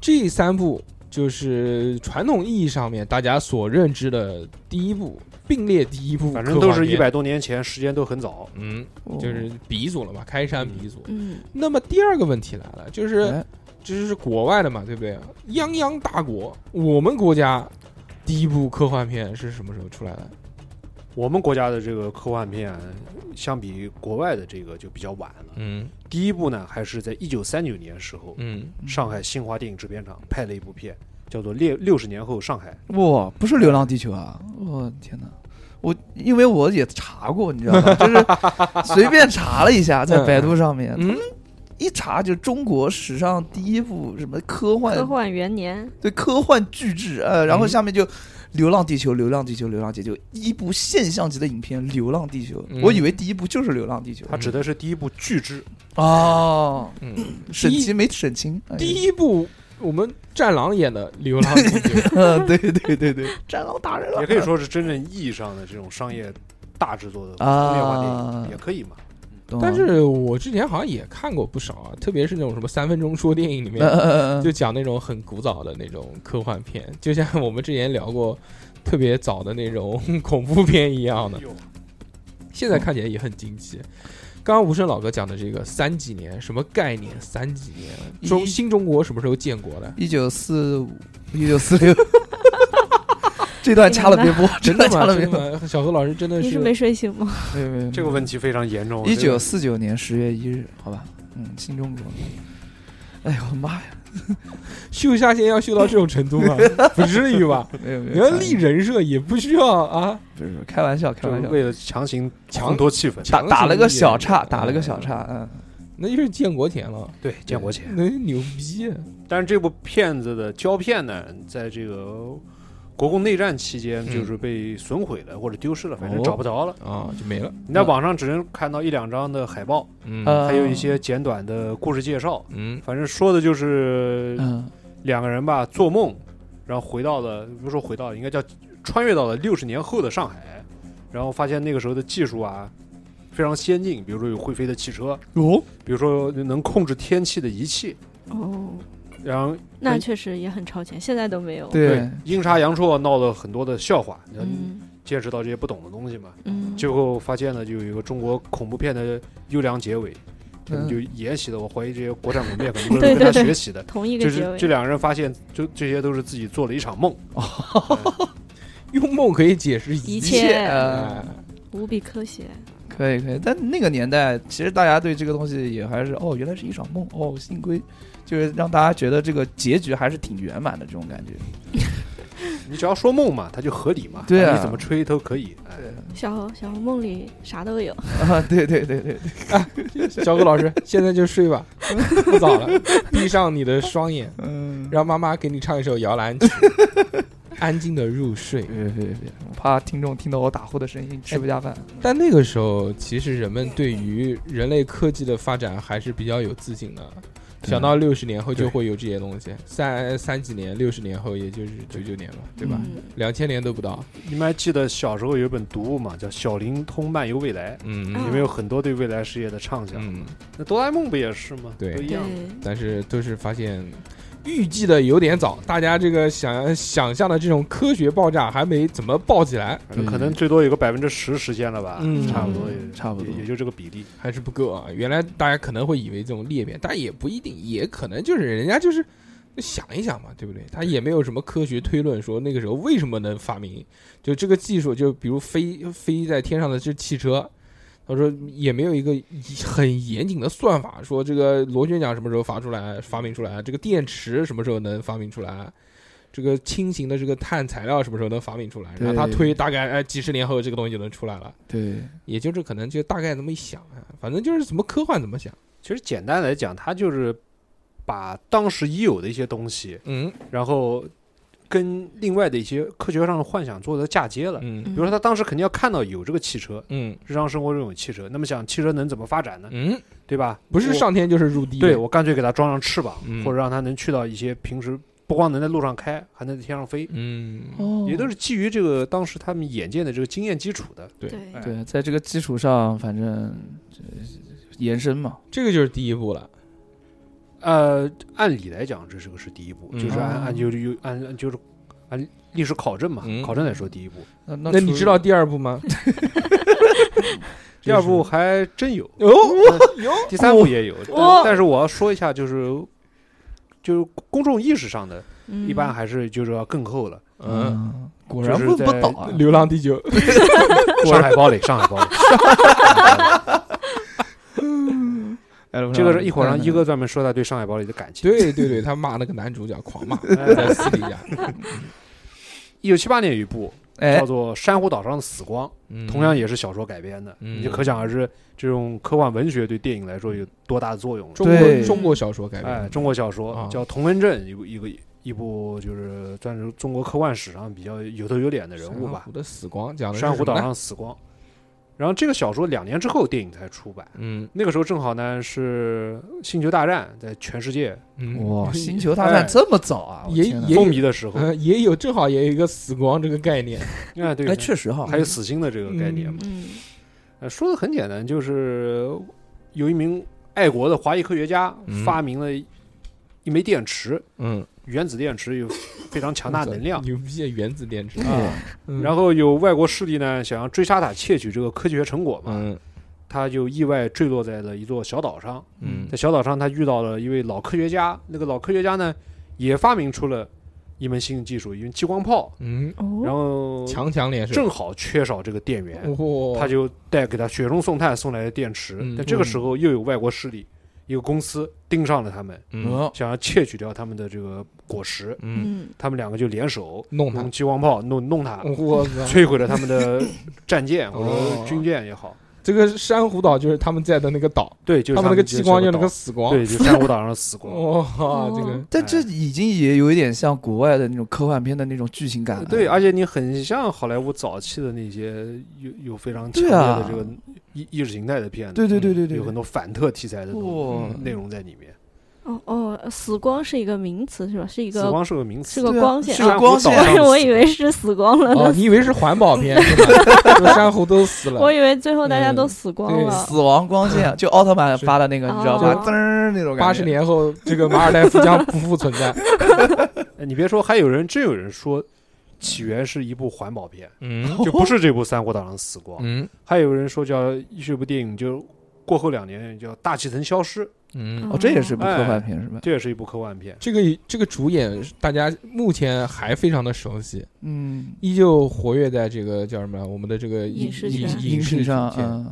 S1: 这三部就是传统意义上面大家所认知的第一部，并列第一部，
S3: 反正都是一，百多年前，时间都很早。
S1: 嗯，
S2: 哦
S1: 就是鼻祖了嘛，开山鼻祖。
S4: 嗯
S1: 那么第二个问题来了，
S3: 嗯
S1: 就是。
S2: 哎
S1: 这是国外的嘛，对不对？泱泱大国，我们国家第一部科幻片是什么时候出来的？
S3: 我们国家的这个科幻片，相比国外的这个就比较晚了。
S1: 嗯
S3: 第一部呢，还是在一九三九年时候，
S1: 嗯，
S3: 上海新华电影制片厂拍了一部片，叫做《六六十年后上海》。
S2: 哇，不是《流浪地球》啊！我、天哪，我因为我也查过，你知道吗？就是 随便查了一下，在百度上面，
S1: 嗯
S2: 一查就中国史上第一部什么科幻
S4: 科幻元年，
S2: 对科幻巨制，呃，然后
S1: 嗯
S2: 下面就《流浪地球》《流浪地球》《流浪地球》一部现象级的影片《流浪地球》
S1: 嗯
S2: 我以为第一部就是《流浪地球
S3: 它》指的是第一部巨制，
S2: 哦，
S1: 嗯，
S2: 审
S1: 第一
S2: 清没审清，哎
S1: 第一部我们战狼演的《流浪地球》，
S2: 嗯， 对对 对对，战狼打人了，
S3: 也可以说是真正意义上的这种商业大制作的
S2: 啊
S3: 工业化电影，也可以嘛。
S2: 懂
S1: 但
S2: 了，
S1: 是我之前好像也看过不少啊，特别是那种什么三分钟说电影里面
S2: 嗯，嗯嗯嗯
S1: 就讲那种很古早的那种科幻片，就像我们之前聊过特别早的那种恐怖片一样的，
S3: 有
S1: 现
S2: 嗯
S1: 在看起来也很惊奇。刚刚无声老哥讲的这个三几年什么概念？三几年中
S2: 一
S1: 新中国什么时候建国的？
S2: 一九四五，一九四六， 这段掐了别播，这
S1: 真的
S2: 段掐
S1: 吗？
S2: 了别
S1: 真
S2: 播，
S1: 的吗？小何老师真的是
S4: 你是没睡 醒吗？
S2: 没有没有
S3: 这个问题非常严重。
S2: 一
S3: 这个
S2: 九四九年十月一日，好吧，嗯，新中国，哎呦我的妈呀，
S1: 秀下限要秀到这种程度 吗？不至于吧？
S2: 没有没有，
S1: 你要立人设也不需要啊。
S2: 不是不是开玩笑开玩
S3: 就是
S2: 笑，
S3: 为了强行
S1: 强
S3: 烘托气氛，
S2: 打
S1: 强
S2: 打
S1: 行
S2: 了个
S1: 立
S2: 小
S1: 人
S2: 岔，
S1: 设
S2: 打了个小，岔，嗯，
S1: 那就是建国前了，
S3: 对建国前。
S1: 那牛逼。啊
S3: 但是这部片子的胶片呢，在这个国共内战期间
S1: 嗯
S3: 就是被损毁了或者丢失了，反正
S1: 哦
S3: 找不着了。
S1: 啊、就没了。
S3: 你在网上只能看到一两张的海报，
S1: 嗯
S2: 呃
S3: 还有一些简短的故事介绍。
S1: 嗯
S3: 反正说的就是
S2: 嗯
S3: 两个人吧做梦，然后回到了，不是说回到了，应该叫穿越到了六十年后的上海，然后发现那个时候的技术啊非常先进，比如说有会飞的汽车，
S2: 哦，
S3: 比如说能控制天气的仪器，
S4: 哦，
S3: 然后
S4: 那确实也很超前，现在都没有。
S2: 对，嗯
S3: 阴差阳错闹了很多的笑话，然后
S4: 嗯
S3: 见识到这些不懂的东西嘛，
S4: 嗯，
S3: 最后发现了就有一个中国恐怖片的优良结尾，他们
S2: 嗯
S3: 就沿袭的，我怀疑这些国产恐怖片可 能都
S4: 对
S3: 是跟他
S4: 对对
S3: 学习的。
S4: 同一个
S3: 就
S4: 结
S3: 是
S4: 尾。
S3: 这两个人发现，就这些都是自己做了一场梦，
S1: 用梦可以解释
S4: 一
S1: 切。哎
S4: 切
S2: 呃，
S4: 无比科学，
S2: 可以可以，但那个年代其实大家对这个东西也还是哦，原来是一场梦哦，幸亏就是让大家觉得这个结局还是挺圆满的这种感觉。
S3: 你只要说梦嘛，它就合理嘛，
S2: 对啊
S3: 你怎么吹都可以。哎，
S4: 小猴小猴梦里啥都有。
S2: 啊，对对对对，
S1: 小狗老师，现在就睡吧， 不早了，闭上你的双眼，
S2: 嗯，
S1: 让妈妈给你唱一首摇篮曲，安静的入睡。
S2: 别别别，我怕听众听到我打呼的声音吃不下饭。
S1: 但那个时候，其实人们对于人类科技的发展还是比较有自信的。
S2: 对
S1: 想到六十年后就会有这些东西，三三几年，六十年后也就是九九年了，对吧？
S4: 嗯
S1: 两千年都不到，
S3: 你们还记得小时候有一本读物嘛，叫《小灵通漫游未来》，
S1: 嗯
S4: 啊
S3: 里面有很多对未来世界的畅想。
S1: 嗯，
S3: 那哆啦 A 梦不也是吗？
S1: 对
S3: 都一
S4: 对
S3: 样。，
S1: 但是都是发现预计的有点早，大家这个想想象的这种科学爆炸还没怎么爆起来，
S3: 反正
S2: 对
S3: 可能最多有个百分之十实现了吧，
S1: 嗯
S3: 差不多
S4: 嗯
S3: 也
S2: 差不多
S3: 也也就这个比例。
S1: 还是不够啊。原来大家可能会以为这种裂变，但也不一定，也可能就是人家就是想一想嘛，对不对？他也没有什么科学推论说那个时候为什么能发明，就这个技术，就比如飞飞在天上的这汽车。他说也没有一个很严谨的算法，说这个螺旋桨什么时候发出来、发明出来，啊这个电池什么时候能发明出来，啊这个轻型的这个碳材料什么时候能发明出来，然后他
S2: 对
S1: 推大概哎几十年后这个东西就能出来了。
S2: 对，
S1: 也就是可能就大概这么一想啊，反正就是怎么科幻怎么想，
S3: 其实简单来讲，它就是把当时已有的一些东西，
S1: 嗯
S3: 然后跟另外的一些科学上的幻想做的嫁接了。比
S1: 嗯
S4: 嗯
S3: 如说，他当时肯定要看到有这个汽车，
S1: 嗯
S3: 日常生活中有汽车，那么想汽车能怎么发展呢？
S1: 嗯，
S3: 对吧？
S1: 不是
S3: 我
S1: 上天就是入地，
S3: 对我干脆给它装上翅膀，
S1: 嗯
S3: 或者让它能去到一些平时不光能在路上开，还能在天上飞，
S1: 嗯，
S2: 哦
S3: 也都是基于这个当时他们眼见的这个经验基础的。
S4: 对
S3: 哎，
S2: 对，在这个基础上，反正这延伸嘛，
S1: 这个就是第一步了，
S3: 呃，按理来讲，这是个是第一步，
S1: 嗯
S3: 就是按
S2: 哦
S3: 按就是有按按就是按历史考证嘛，
S1: 嗯
S3: 考证来说第一步，
S2: 那那
S1: 那你
S2: 除
S1: 知道第二步 吗？
S3: 第二步还真有，
S1: 哦，有
S3: 第三步也有，
S4: 哇
S3: 但但是我要说一下，就是就是公众意识上的，
S4: 嗯
S3: 一般还是就是要更后了。
S1: 嗯，
S2: 果然
S3: 就是
S2: 问不
S3: 在
S2: 倒啊！
S1: 流浪地球，
S3: 上海堡垒，上海堡垒。 这个是一会儿让一哥专门说他对上海堡垒的感情。
S1: 对对对，他骂那个男主角狂骂，
S3: 哎，
S1: 在私底 下，
S3: 一九七八年有一部
S2: 哎
S3: 叫，做《珊瑚岛上的死光》，
S1: 嗯
S3: 同样也是小说改编的，
S1: 嗯
S3: 你就可想而知这种科幻文学对电影来说有多大的作用了。
S1: 中国
S2: 对
S1: 中国小说改编
S3: 哎，
S1: 的，
S3: 中国小说
S1: 啊
S3: 叫《童文正》，一部一个一部就是算是中国科幻史上比较有头有脸的人物
S1: 珊
S3: 吧
S1: 瑚，的死光讲
S3: 《
S1: 的
S3: 珊瑚岛
S1: 是什么呢，
S3: 上死光》。然后这个小说两年之后电影才出版，
S1: 嗯
S3: 那个时候正好呢是《星球大战》在全世界
S1: 嗯，
S2: 哇，
S1: 也
S2: 星球大战
S3: 哎
S2: 这么早啊！我
S1: 也
S2: 天哪
S1: 也
S3: 风靡的时 候，
S1: 呃也有正好也有一个死光这个概念，
S3: 哎，对
S2: 哎，，确实
S1: 啊
S2: 哈，
S3: 还有死星的这个概念嘛。
S4: 嗯
S3: 呃，说的很简单，就是有一名爱国的华裔科学家
S1: 嗯
S3: 发明了一枚电池，
S1: 嗯，
S3: 原子电池有非常强大能量
S1: 牛逼的原子电池，
S3: 啊。
S1: 嗯
S3: 然后有外国势力呢，想要追杀他，窃取这个科学成果嘛，
S1: 嗯
S3: 他就意外坠落在了一座小岛上。
S1: 嗯
S3: 在小岛上，他遇到了一位老科学家，那个老科学家呢，也发明出了一门新的技术，一门激光炮，
S1: 嗯，
S3: 然
S4: 哦，
S3: 后
S1: 强哦强联手，
S3: 正好缺少这个电源，
S1: 哇，
S3: 他就带给他雪中送炭送来的电池。
S1: 嗯
S3: 但这个时候又有外国势力，一个公司盯上了他们，
S1: 嗯
S2: 嗯，
S3: 想要窃取掉他们的这个果实。
S1: 嗯
S4: 嗯
S3: 他们两个就联手
S1: 弄他哦
S3: 用，激光炮弄弄他，
S1: 我操，
S3: 摧毁了他 们的战舰或
S1: 哦
S3: 者军舰也好。
S1: 这个珊瑚岛就是他们在的那个岛，
S3: 对，就是
S1: 他们那个激光
S3: 就
S1: 就是那
S3: 小
S1: 个
S3: 岛
S1: 死光，哦
S3: 对，就珊瑚岛上的死 光。
S1: 哇，这个
S2: 但这已经也有一点像国外的那种科幻片的那种剧情感了。
S3: 对，而且你很像好莱坞早期的那些有有非常强
S2: 对
S3: 烈
S2: 啊
S3: 的这个意意识形态的片子，
S2: 对对对对对，
S3: 有很多反特题材的东
S1: 哦
S2: 哇
S3: 内容在里面。
S4: 哦哦，死光是一个名词是吧？是一
S3: 死
S4: 个
S3: 光是个名词，
S4: 是个
S2: 对啊
S4: 光线
S2: 是，个
S3: 珊瑚
S2: 光线
S3: 岛上的
S4: 我
S3: 死
S4: 以为是死光了
S1: 哦，
S4: 呢，
S1: 你以为是环保 片是吧？就珊瑚都死
S4: 我
S1: 了，
S4: 以为最后大家
S1: 哦嗯
S4: 都死光
S1: 对
S4: 了。
S2: 死亡光线，啊就奥特曼发的那个，
S4: 是
S2: 你知道吧？
S4: 哦
S2: 噔儿那种感觉。
S1: 八十年后这个马尔代夫将不复存在。
S3: 哎你别说，还有人真有人说，《起源》是一部环保片，
S1: 嗯
S3: 就不是这部《珊瑚岛上的死光》
S1: 嗯
S3: 还有人说叫这部电影就过后两年叫《大气层消失》，
S1: 嗯，
S2: 哦，这也是部科幻片是吧？
S3: 这也是一部科幻片。
S1: 这个这个主演大家目前还非常的熟悉，
S2: 嗯，
S1: 依旧活跃在这个叫什么我们的这个
S4: 影视
S1: 影
S4: 圈
S1: 影
S2: 影视
S1: 视
S2: 上，
S1: 圈
S2: 嗯，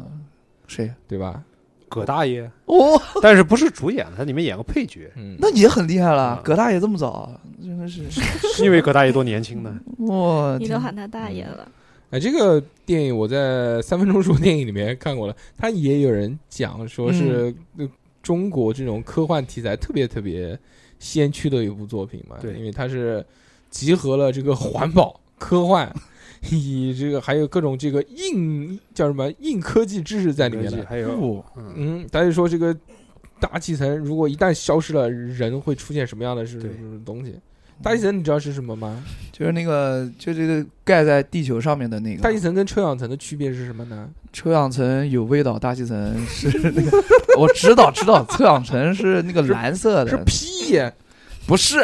S2: 谁？
S1: 对吧？
S3: 葛大爷，
S2: 哦，
S3: 但是不是主演，他里面演个配角，
S1: 嗯，
S2: 那也很厉害了
S3: 嗯，
S2: 葛大爷这么早，啊真的是，
S3: 因为葛大爷多年轻呢。
S2: 哇，
S4: 你
S2: 天
S4: 都喊他大爷了，
S1: 哎，这个电影我在三分钟说电影里面看过了，他也有人讲说是
S3: 嗯
S1: 呃中国这种科幻题材特别特别先驱的一部作品嘛，
S3: 对
S1: 因为它是集合了这个环保、科幻，以这个还有各种这个硬叫什么硬科技知 识在里面的。
S3: 还有，
S2: 哦
S3: 嗯，
S1: 嗯，他就说这个大气层如果一旦消失了，人会出现什么样的是
S3: 对嗯
S1: 东西？大气层你知道是什么吗？
S2: 就是那个，就这个盖在地球上面的那个
S1: 大气层跟臭氧层的区别是什么呢？
S2: 臭氧层有味道，大气层是那个，我知道知道，臭氧层是那个蓝色
S1: 是
S2: 的，
S1: 屁耶！
S2: 不是？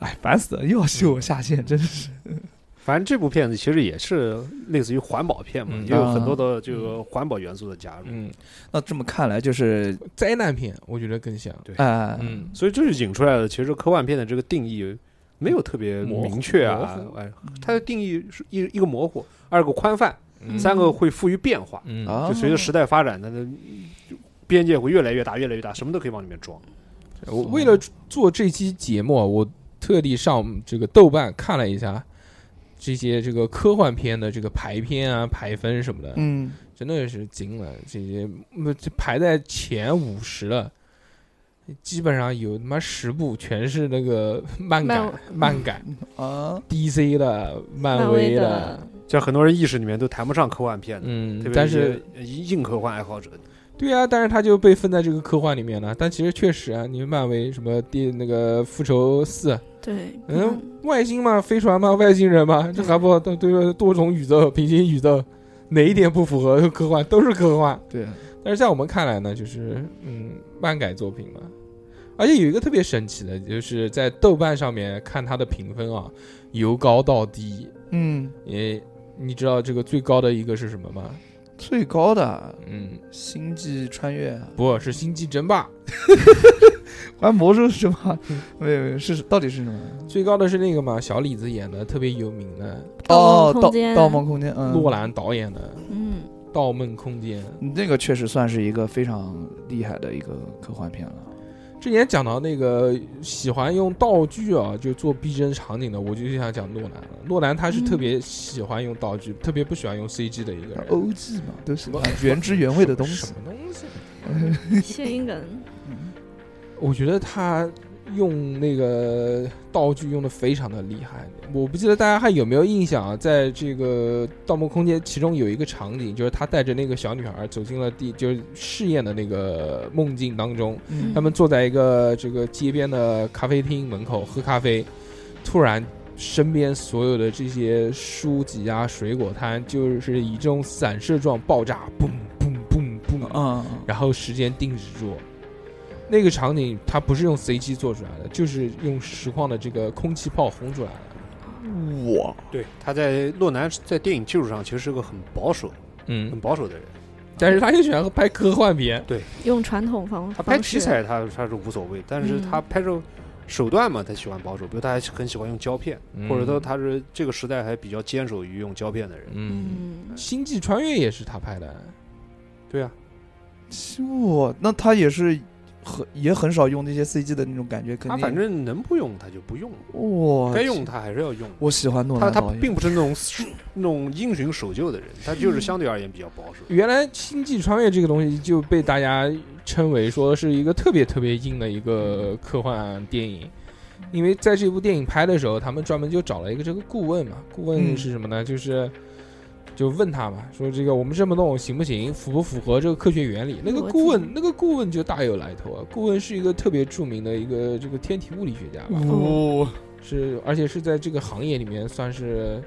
S2: 哎，烦死了，
S1: 嗯
S2: 又要秀我下线，真是。
S3: 反正这部片子其实也是类似于环保片嘛，
S1: 嗯
S3: 也有很多的这个环保元素的加入。
S1: 嗯，
S2: 那这么看来就是，
S1: 灾难片，我觉得更像。
S2: 啊，
S1: 嗯，
S3: 所以这就引出来了，其实科幻片的这个定义没有特别
S1: 模糊
S3: 明确啊
S1: 模，糊
S3: 哎，它的定义是一一个模糊，二个宽泛，
S1: 嗯
S3: 三个会富于变化。
S1: 嗯
S2: 啊
S3: 就随着时代发展，它的边界会越来越大，越来越大，什么都可以往里面装。
S1: 我为了做这期节目啊，我特地上这个豆瓣看了一下这些这个科幻片的这个排片啊、排分什么的，
S2: 嗯，
S1: 真的是惊了，这些嗯这排在前五十了。基本上有他妈十部全是那个漫改、漫改、
S2: 啊，
S1: DC 的、漫
S4: 漫威
S1: 的，
S3: 像很多人意识里面都谈不上科幻片的，特
S1: 嗯
S3: 别，
S1: 但是
S3: 一些硬科幻爱好者，
S1: 对啊，但是他就被分在这个科幻里面了。但其实确实啊，你漫威什么第那个复仇四，
S4: 对，
S1: 嗯，外星嘛，飞船嘛，外星人嘛，这还不对对多重宇宙、平行宇宙，哪一点不符合科幻都是科幻。
S2: 对，啊
S1: 但是在我们看来呢，就是嗯，漫改作品嘛。而且有一个特别神奇的，就是在豆瓣上面看它的评分啊，由高到低。
S2: 嗯，
S1: 也你知道这个最高的一个是什么吗？
S2: 最高的
S1: 嗯，
S2: 星际穿越啊，
S1: 不是《星际争霸嗯
S2: 玩魔兽是吗？没有没有，是到底是什么》？
S1: 最高的是那个嘛，小李子演的特别有名的，
S2: 哦，盗
S4: 盗梦空间
S2: 盗梦空间，嗯，
S1: 诺兰导演的
S4: 嗯，
S1: 《盗梦空间》。
S2: 那个确实算是一个非常厉害的一个科幻片了。
S1: 之前讲到那个喜欢用道具啊，就做逼真场景的，我就想讲诺兰了。诺兰他是
S4: 嗯
S1: 特别喜欢用道具，特别不喜欢用 CG 的一个人。
S2: O G 嘛，都是哦原汁原味的东西
S1: 什。么东西？
S4: 谐音梗，
S2: 嗯
S1: 我觉得他用那个道具用的非常的厉害。我不记得大家还有没有印象啊？在这个《盗梦空间》其中有一个场景，就是他带着那个小女孩走进了地，就是试验的那个梦境当中。
S2: 嗯
S1: 他们坐在一个这个街边的咖啡厅门口喝咖啡，突然身边所有的这些书籍啊、水果摊，就是以这种散射状爆炸，嘣嘣嘣嘣，
S2: 嗯，
S1: 然后时间静止住。那个场景它不是用 CG 做出来的，就是用实况的这个空气炮轰出来的。嗯
S2: 我
S3: 对，他在洛南在电影技术上其实是个很保守、很
S1: 嗯，
S3: 保守的人。
S1: 但是他又喜欢拍科幻片，
S4: 用传统方
S3: 他拍
S4: 方
S3: 题
S4: 式，
S3: 材他他是无所谓，但是
S4: 嗯
S3: 他拍摄手段嘛，他喜欢保守，比如他还很喜欢用胶片，或者说他是这个时代还比较坚守于用胶片的人。
S1: 嗯，
S4: 嗯
S1: 《星际穿越》也是他拍的，
S3: 对啊，
S2: 我那他也是很也很少用那些 CG 的那种感觉，肯
S3: 他
S2: 定
S3: 反正能不用他就不用，
S2: 哇，
S3: 该用他还是要用。
S2: 我喜欢诺
S3: 他
S2: 兰
S3: 他
S2: 导演，
S3: 并不是那种那种因循守旧的人，他就是相对而言比较保守。
S1: 原来《星际穿越》这个东西就被大家称为说是一个特别特别硬的一个科幻电影，因为在这部电影拍的时候，他们专门就找了一个这个顾问嘛，顾问
S2: 嗯
S1: 是什么呢？就是就问他嘛，说这个我们这么弄行不行，符不符合这个科学原理？那个顾
S4: 逻
S1: 问
S4: 辑，
S1: 那个顾问就大有来头啊，顾问是一个特别著名的一个这个天体物理学家吧，
S2: 嗯我
S1: 是而且是在这个行业里面算是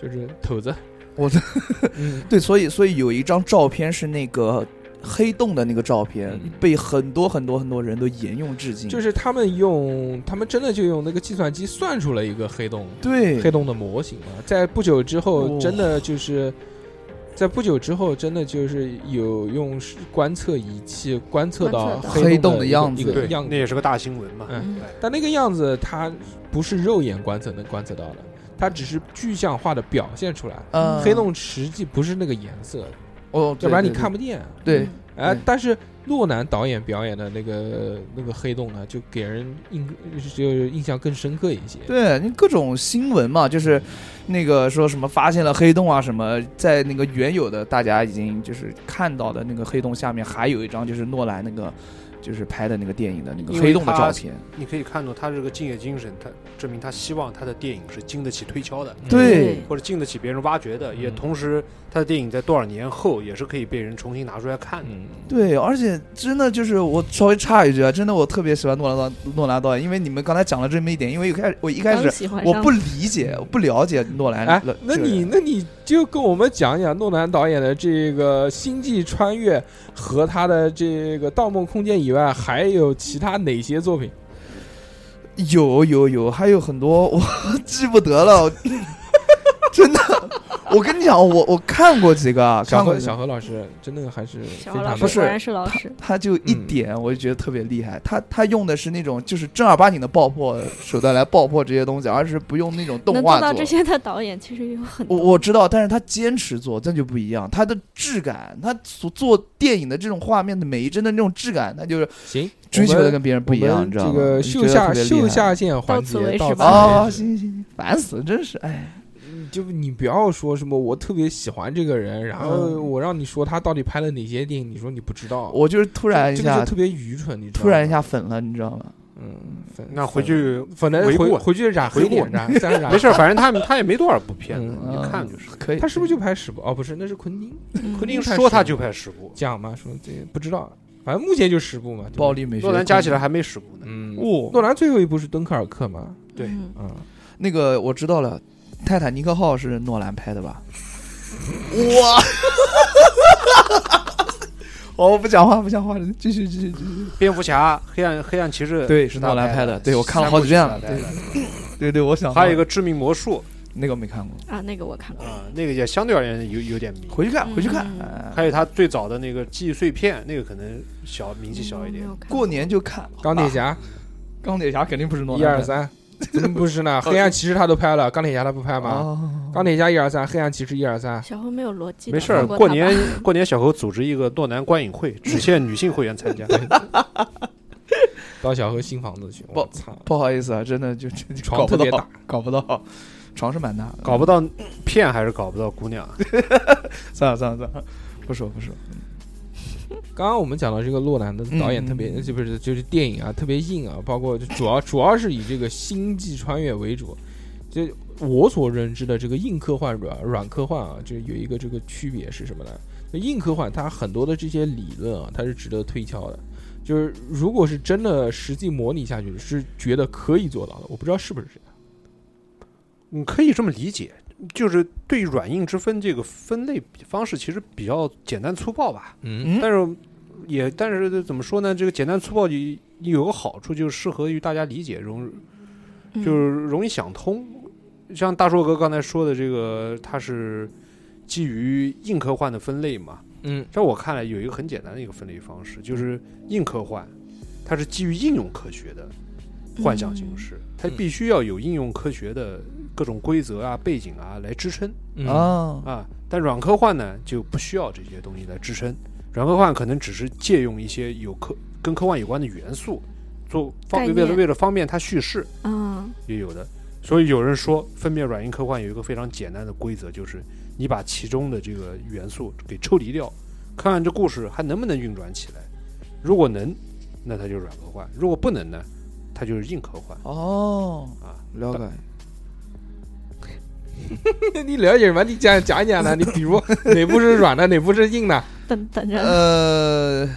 S1: 就是头子，
S2: 我的
S1: 嗯
S2: 对，所以所以有一张照片是那个黑洞的那个照片
S1: 嗯，
S2: 被很多很多很多人都沿用至今。
S1: 就是他们用，他们真的就用那个计算机算出了一个黑洞，
S2: 对哦
S1: 黑，洞的模型嘛。啊在不久之后，
S2: 哇
S1: 真的就是，在不久之后，真的就是有用观测仪器观测到
S4: 观测到
S2: 黑洞
S1: 洞
S2: 的
S1: 一个
S2: 样子
S1: 一
S3: 对
S1: 个，样
S3: 那
S1: 子。
S3: 也是个大新闻嘛。
S1: 嗯
S4: 嗯
S3: 哎
S1: 但那个样子，它不是肉眼观测能观测到的，它只是具象化的表现出来。
S2: 嗯，
S1: 黑洞实际不是那个颜色，
S2: 哦，
S1: 要不然你
S2: 对
S1: 看不见。
S2: 对，
S4: 嗯
S1: 哎
S2: 对，
S1: 但是诺兰导演表演的那个那个黑洞呢，就给人印就是印象更深刻一些。
S2: 对你各种新闻嘛，就是那个说什么发现了黑洞啊，什么在那个原有的大家已经就是看到的那个黑洞下面，还有一张就是诺兰那个就是拍的那个电影的那个
S3: 因为
S2: 黑洞的
S3: 他嗯
S2: 照片。
S3: 你可以看到他这个敬业精神，他证明他希望他的电影是经得起推敲的，
S2: 对，
S3: 或者经得起别人挖掘的，
S1: 嗯
S3: 也同时他的电影在多少年后也是可以被人重新拿出来看的。
S1: 嗯，
S2: 对，而且真的就是我稍微插一句啊，真的我特别喜欢诺兰导诺兰导演，因为你们刚才讲了这么一点，因为一开始我一开
S4: 刚
S2: 始
S4: 喜欢
S2: 我
S4: 上
S2: 不理解，我不了解诺兰。
S1: 哎
S2: 了，
S1: 那
S2: 这个
S1: 你
S2: 人
S1: 那你就跟我们讲一讲诺兰导演的这个《星际穿越》和他的这个《盗梦空间》以外，还有其他哪些作品？
S2: 有有有，还有很多 我记不得了， 我真的。我跟你讲，我我看过几个 啊，
S1: 小
S2: 看过
S1: 何
S2: 几个
S1: 小何老师真的还是非
S4: 小何
S1: 常
S4: 老
S1: 的
S4: 师
S2: 是
S4: 果然是老师，
S2: 他就一点，
S1: 嗯
S2: 我就觉得特别厉害。他他用的是那种就是正儿八经的爆破手段来爆破这些东西，而是不用那种动
S4: 能做
S2: 画
S4: 到
S2: 做
S4: 这。些的导演其实有很
S2: 我
S4: 多。
S2: 我知道，但是他坚持做，这就不一样。他的质感，他所做电影的这种画面的每一帧的那种质感，他就是
S1: 行，
S2: 追求
S1: 我
S2: 的
S1: 们
S2: 跟别人不一
S1: 我
S2: 样，
S1: 们
S2: 你知道吗？
S1: 这个
S2: 我
S1: 秀
S2: 觉得
S1: 下
S2: 特别厉
S1: 秀
S2: 害
S1: 下限环
S4: 到此为
S1: 节
S4: 止
S1: 到此
S4: 吧
S2: 哦，
S1: 为止
S2: 行行行，烦死了，真是哎，
S1: 就你不要说什么我特别喜欢这个人，然后
S2: 嗯
S1: 我让你说他到底拍了哪些电影，你说你不知道，
S2: 我就是突
S1: 突
S2: 然
S1: 啊
S2: 一
S1: 这个
S2: 下
S1: 就特别愚蠢，你知道吗
S2: 突然一下，粉了，你知道吗？
S1: 嗯，粉
S3: 那回去
S1: 粉的
S3: 回顾
S1: 回回去染黑
S3: 回顾
S1: 点染再染
S3: 没，事儿，反正他他也没多少部片子，
S1: 嗯
S3: 你就看就是。
S2: 可以。
S1: 他是不是就拍十部？哦，不是，那是昆汀
S4: 嗯
S1: 昆汀
S3: 硬
S1: 拍
S3: 说他
S1: 十部
S3: 就拍十部，
S1: 讲嘛，说这不知道，反正目前就十部嘛，对吧
S2: 暴。力美学？
S3: 诺兰加起来，还没十部呢。
S1: 嗯，
S2: 哦
S1: 诺兰最后一部是敦刻尔克嘛，
S3: 对
S4: 嗯
S1: 嗯，
S2: 那个我知道了，《泰坦尼克号》是诺兰拍的吧？哇！ 哦，不讲话，不讲话，继续，继续，继续。
S3: 蝙蝠侠、黑暗黑暗骑士，
S2: 对是诺兰拍的对我看了好几遍了
S3: 对，
S2: 对对，我想
S3: 还有一
S2: 个
S3: 个致命魔术，
S2: 那个没看过，
S4: 啊，那个我看过，
S3: 啊，那个也相对而言有有点迷。
S2: 回去看，回去看。
S4: 嗯
S2: 哎
S3: 还有他最早的那个记忆碎片，那个可能小名气小一点
S4: 嗯没。有看
S2: 过年就看好吧
S1: 钢铁，侠
S2: 钢铁侠肯定不是诺
S1: 一
S2: 兰
S1: 二
S2: 的
S1: 三，怎么不是
S3: 哦
S1: 呢？黑暗骑士他都拍了，钢铁侠他不拍吗？
S2: 哦
S1: 钢铁侠一二三，黑暗骑士一二三，
S4: 小红没有逻辑的，
S3: 没事儿，
S4: 放
S3: 过
S4: 他吧
S3: 年过年小猴组织一个诺南观影会，只限女性会员参加。
S1: 到小何新房子去。我操，
S2: 不好意思啊，真的就就就
S1: 床
S2: 搞不
S1: 特别
S2: 到
S1: 大，
S2: 搞不到，床是蛮大的，
S3: 搞不到骗还是搞不到姑娘，
S2: 算了算了算了，不说不说，
S1: 刚刚我们讲到这个洛南的导演特别，
S2: 嗯
S1: 就不是就是电影啊特别硬啊，包括就主要主要是以这个星际穿越为主。就我所认知的这个硬科幻软软科幻啊，就有一个这个区别是什么呢？就硬科幻它很多的这些理论啊，它是值得推敲的。就是如果是真的实际模拟下去，是觉得可以做到的。我不知道是不是这样。
S3: 你可以这么理解，就是对软硬之分这个分类方式其实比较简单粗暴吧。
S1: 嗯
S2: 嗯
S3: 但是也但是怎么说呢？这个简单粗暴有有个好处，就是适合于大家理解，容
S4: 嗯
S3: 就是容易想通。像大硕哥刚才说的，这个它是基于硬科幻的分类嘛？
S1: 嗯
S3: 在我看来，有一个很简单的一个分类方式，就是硬科幻，它是基于应用科学的幻想形式，它必须要有应用科学的各种规则啊、背景啊来支撑
S1: 嗯
S2: 啊，
S3: 啊。但软科幻呢，就不需要这些东西来支撑，软科幻可能只是借用一些有科跟科幻有关的元素，做方
S4: 概
S3: 为了
S4: 念
S3: 为了方便它叙事，
S4: 嗯
S3: 也有的。所以有人说，分辨软硬科幻有一个非常简单的规则，就是你把其中的这个元素给抽离掉，看看这故事还能不能运转起来。如果能，那它就是软科幻；如果不能呢，它就是硬科幻
S2: 哦，
S3: 啊。
S2: 了解，
S1: 你了解什么？你讲讲一讲呢？你比如 哪部是软的，哪部是硬的？
S4: 等等着，
S2: 呃。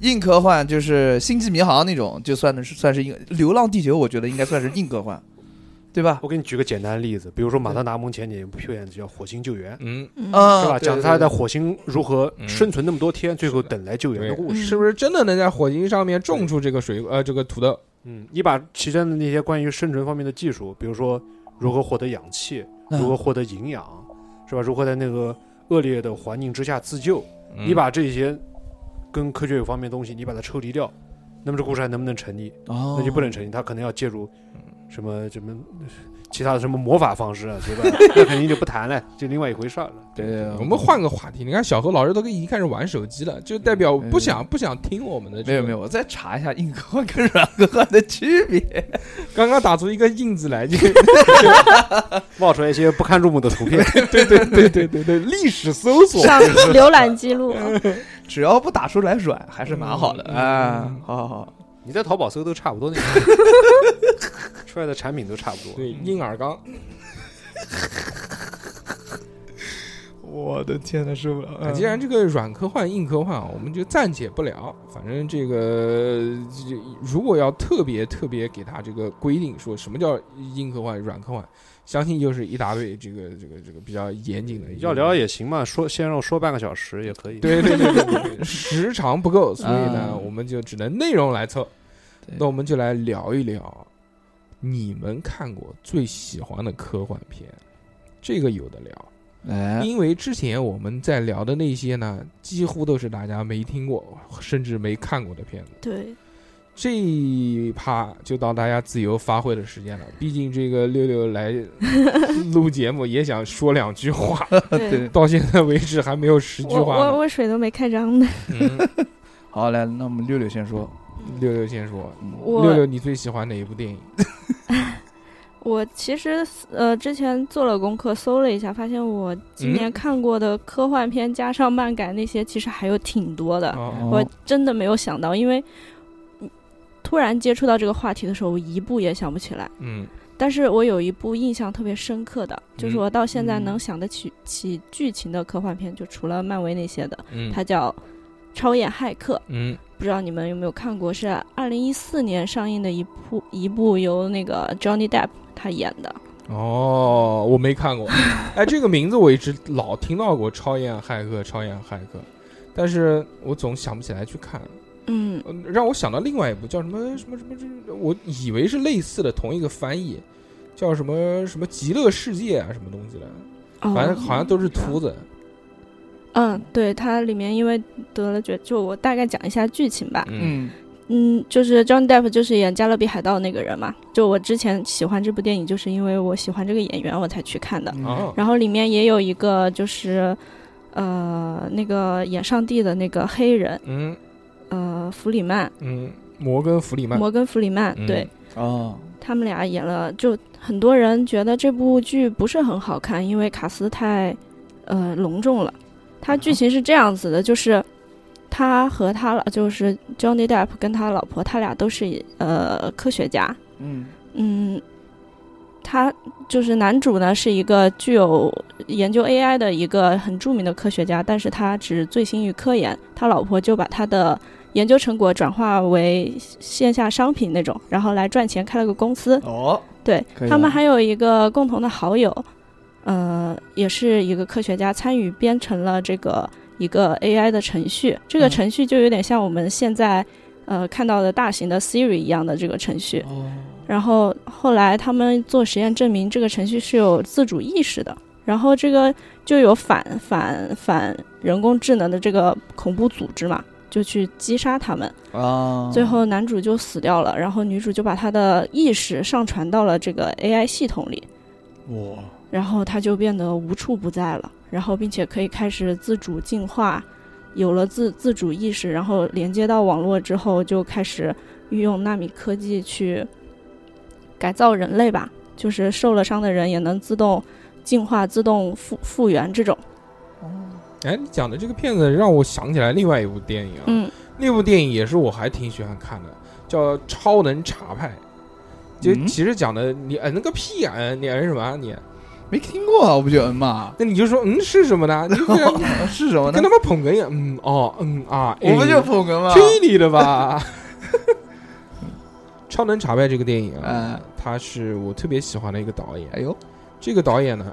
S2: 硬科幻就是《星际迷航》那种，就算的是算是硬，《流浪地球》我觉得应该算是硬科幻，对吧？
S3: 我给你举个简单的例子，比如说马特·达蒙前几年有部片子叫《火星救援》，
S1: 嗯，
S4: 嗯
S2: 啊
S3: 是吧？
S2: 对
S3: 讲
S2: 对对
S3: 他在火星如何
S1: 嗯
S3: 生存那么多天，最后等来救援的
S1: 对
S3: 故事。
S1: 是不是真的能在火星上面种出这个水呃这个土豆？
S3: 嗯，你把其中的那些关于生存方面的技术，比如说如何获得氧气，
S2: 嗯
S3: 如何获得营养，是吧？如何在那个恶劣的环境之下自救？
S1: 嗯
S3: 你把这些跟科学有方面的东西，你把它抽离掉，那么这故事还能不能成立？
S2: 哦，
S3: 那就不能成立，它可能要介入
S1: 嗯
S3: 什么什么其他的什么魔法方式啊，对吧？那肯定就不谈了，就另外一回事儿了。
S2: 对对，对
S1: 我们换个话题，你看小何老师都已经开始玩手机了，就代表不想不想听我们的。
S2: 嗯没有没有，，我再查一下硬科幻跟软科幻的区别。
S1: 刚刚打出一个“硬”字来，就
S3: 冒出来一些不堪入目的图片，
S1: 对对对对对对，历史搜索。
S4: 上浏览记录，啊
S2: 只要不打出来软，还是蛮好的
S1: 嗯
S2: 啊
S1: 嗯。
S2: 好好好，
S3: 你在淘宝搜都差不多那个 出来的产品都差不多。
S1: 对，硬耳缸，
S2: 我的天呐，受不了！
S1: 啊
S2: 嗯
S1: 既然这个软科幻、硬科幻啊，我们就暂且不聊。反正这个这如果要特别特别给他这个规定，说什么叫硬科幻、软科幻，相信又是一大堆这个这个这个比较严谨的。
S3: 要聊也行嘛，说先让我说半个小时也可以。
S1: 对对对对 对，时长不够，所以呢，
S2: 嗯
S1: 我们就只能内容来凑
S2: 对。
S1: 那我们就来聊一聊，你们看过最喜欢的科幻片，这个有的聊，
S4: 啊
S2: 哎，
S1: 因为之前我们在聊的那些呢，几乎都是大家没听过，甚至没看过的片子。
S4: 对，
S1: 这一趴就到大家自由发挥的时 间了，毕竟这个六六来录节目也想说两句 话，
S4: 对
S2: 对，
S1: 到现在为止还没有十啊句
S4: 我
S1: 话
S4: 我
S1: 呢。
S4: 我水都没开张呢，
S1: 嗯
S2: 好来，那我们六六先说。
S1: 六六先说，
S2: 嗯
S4: 我
S1: 六六，你最喜欢哪一部电影？
S4: 我其实呃之前做了功课，搜了一下，发现我今年
S1: 嗯
S4: 看过的科幻片加上漫改那些，其实还有挺多的。
S1: 哦，
S4: 我
S2: 哦
S4: 真的没有想到，因为嗯突然接触到这个话题的时候，我一部也想不起来。
S1: 嗯
S4: 但是我有一部印象特别深刻的，就是
S1: 嗯
S4: 我到现在
S2: 嗯
S4: 能想得起起剧情的科幻片，就除了漫威那些的，
S1: 嗯
S4: 它叫《超演骇客》。
S1: 嗯
S4: 不知道你们有没有看过，是二零一四年上映的一部一部由那个 Johnny Depp 他演的。
S1: 哦，我没 看过。哎，这个名字我一直老听到过，《超验骇客》《超验骇客》，但是我总想不起来去看。
S4: 嗯，
S1: 嗯让我想到另外一部叫什么什么什么，这我以为是类似的同一个翻译，叫什么什么极乐世界啊，什么东西的，
S4: 哦
S1: 反正好像都是秃子。
S4: 嗯，对，它里面因为得了绝，就我大概讲一下剧情吧。
S1: 嗯
S2: 嗯
S4: 嗯，就是 John Depp 就是演《加勒比海盗》那个人嘛。就我之前喜欢这部电影，就是因为我喜欢这个演员，我才去看
S2: 嗯
S4: 的。
S2: 哦
S1: 啊，
S4: 然后里面也有一个就是，呃，那个演上帝的那个黑人，
S1: 嗯
S4: 呃，弗里曼，
S1: 嗯，摩根弗里曼，
S4: 摩根弗里曼，
S1: 嗯
S4: 对
S2: 哦，
S4: 他们俩演了，就很多人觉得这部剧不是很好看，因为卡斯太，呃，隆重了。它剧情是这样子的，就是他和他老就是 Johnny Depp 跟他老婆，他俩都是呃科学家，
S2: 嗯
S4: 嗯，他就是男主呢，是一个具有研究 AI 的一个很著名的科学家，但是他只醉心于科研。他老婆就把他的研究成果转化为线下商品那种，然后来赚钱，开了个公司。
S2: 哦，
S4: 对
S2: 可以
S4: 他们
S2: 了
S4: 还有一个共同的好友，呃，也是一个科学家，参与编程了这个一个 AI 的程序。这个
S2: 嗯
S4: 程序就有点像我们现在呃看到的大型的 Siri 一样的这个程序。
S2: 哦，
S4: 然后后来他们做实验证明，这个程序是有自主意识的。然后这个就有反反反人工智能的这个恐怖组织嘛，就去击杀他们。
S2: 啊，
S4: 最后男主就死掉了，然后女主就把他的意识上传到了这个 AI 系统里，
S2: 哇，
S4: 然后他就变得无处不在了，然后并且可以开始自主进化，有了自自主意识，然后连接到网络之后，就开始运用纳米科技去改造人类吧，就是受了伤的人也能自动进化、自动复复原这种。
S1: 哎，你讲的这个片子让我想起来另外一部电影啊，
S4: 嗯，
S1: 那部电影也是我还挺喜欢看的，叫《超能查派》，就
S2: 嗯
S1: 其实讲的你摁了个屁啊，嗯你摁什么啊你？
S2: 没听过啊，我不就嗯嘛，
S1: 那你就说嗯是什么呢？你就跟 他
S2: 是什么呢
S1: 跟他？们捧哏一样，嗯哦嗯啊，
S2: 我不
S1: 哎
S2: 就啊捧哏吗？
S1: 听你的 吧。超能查派这个电影啊
S2: 嗯，
S1: 他是我特别喜欢的一个导演。
S2: 哎呦，
S1: 这个导演 呢，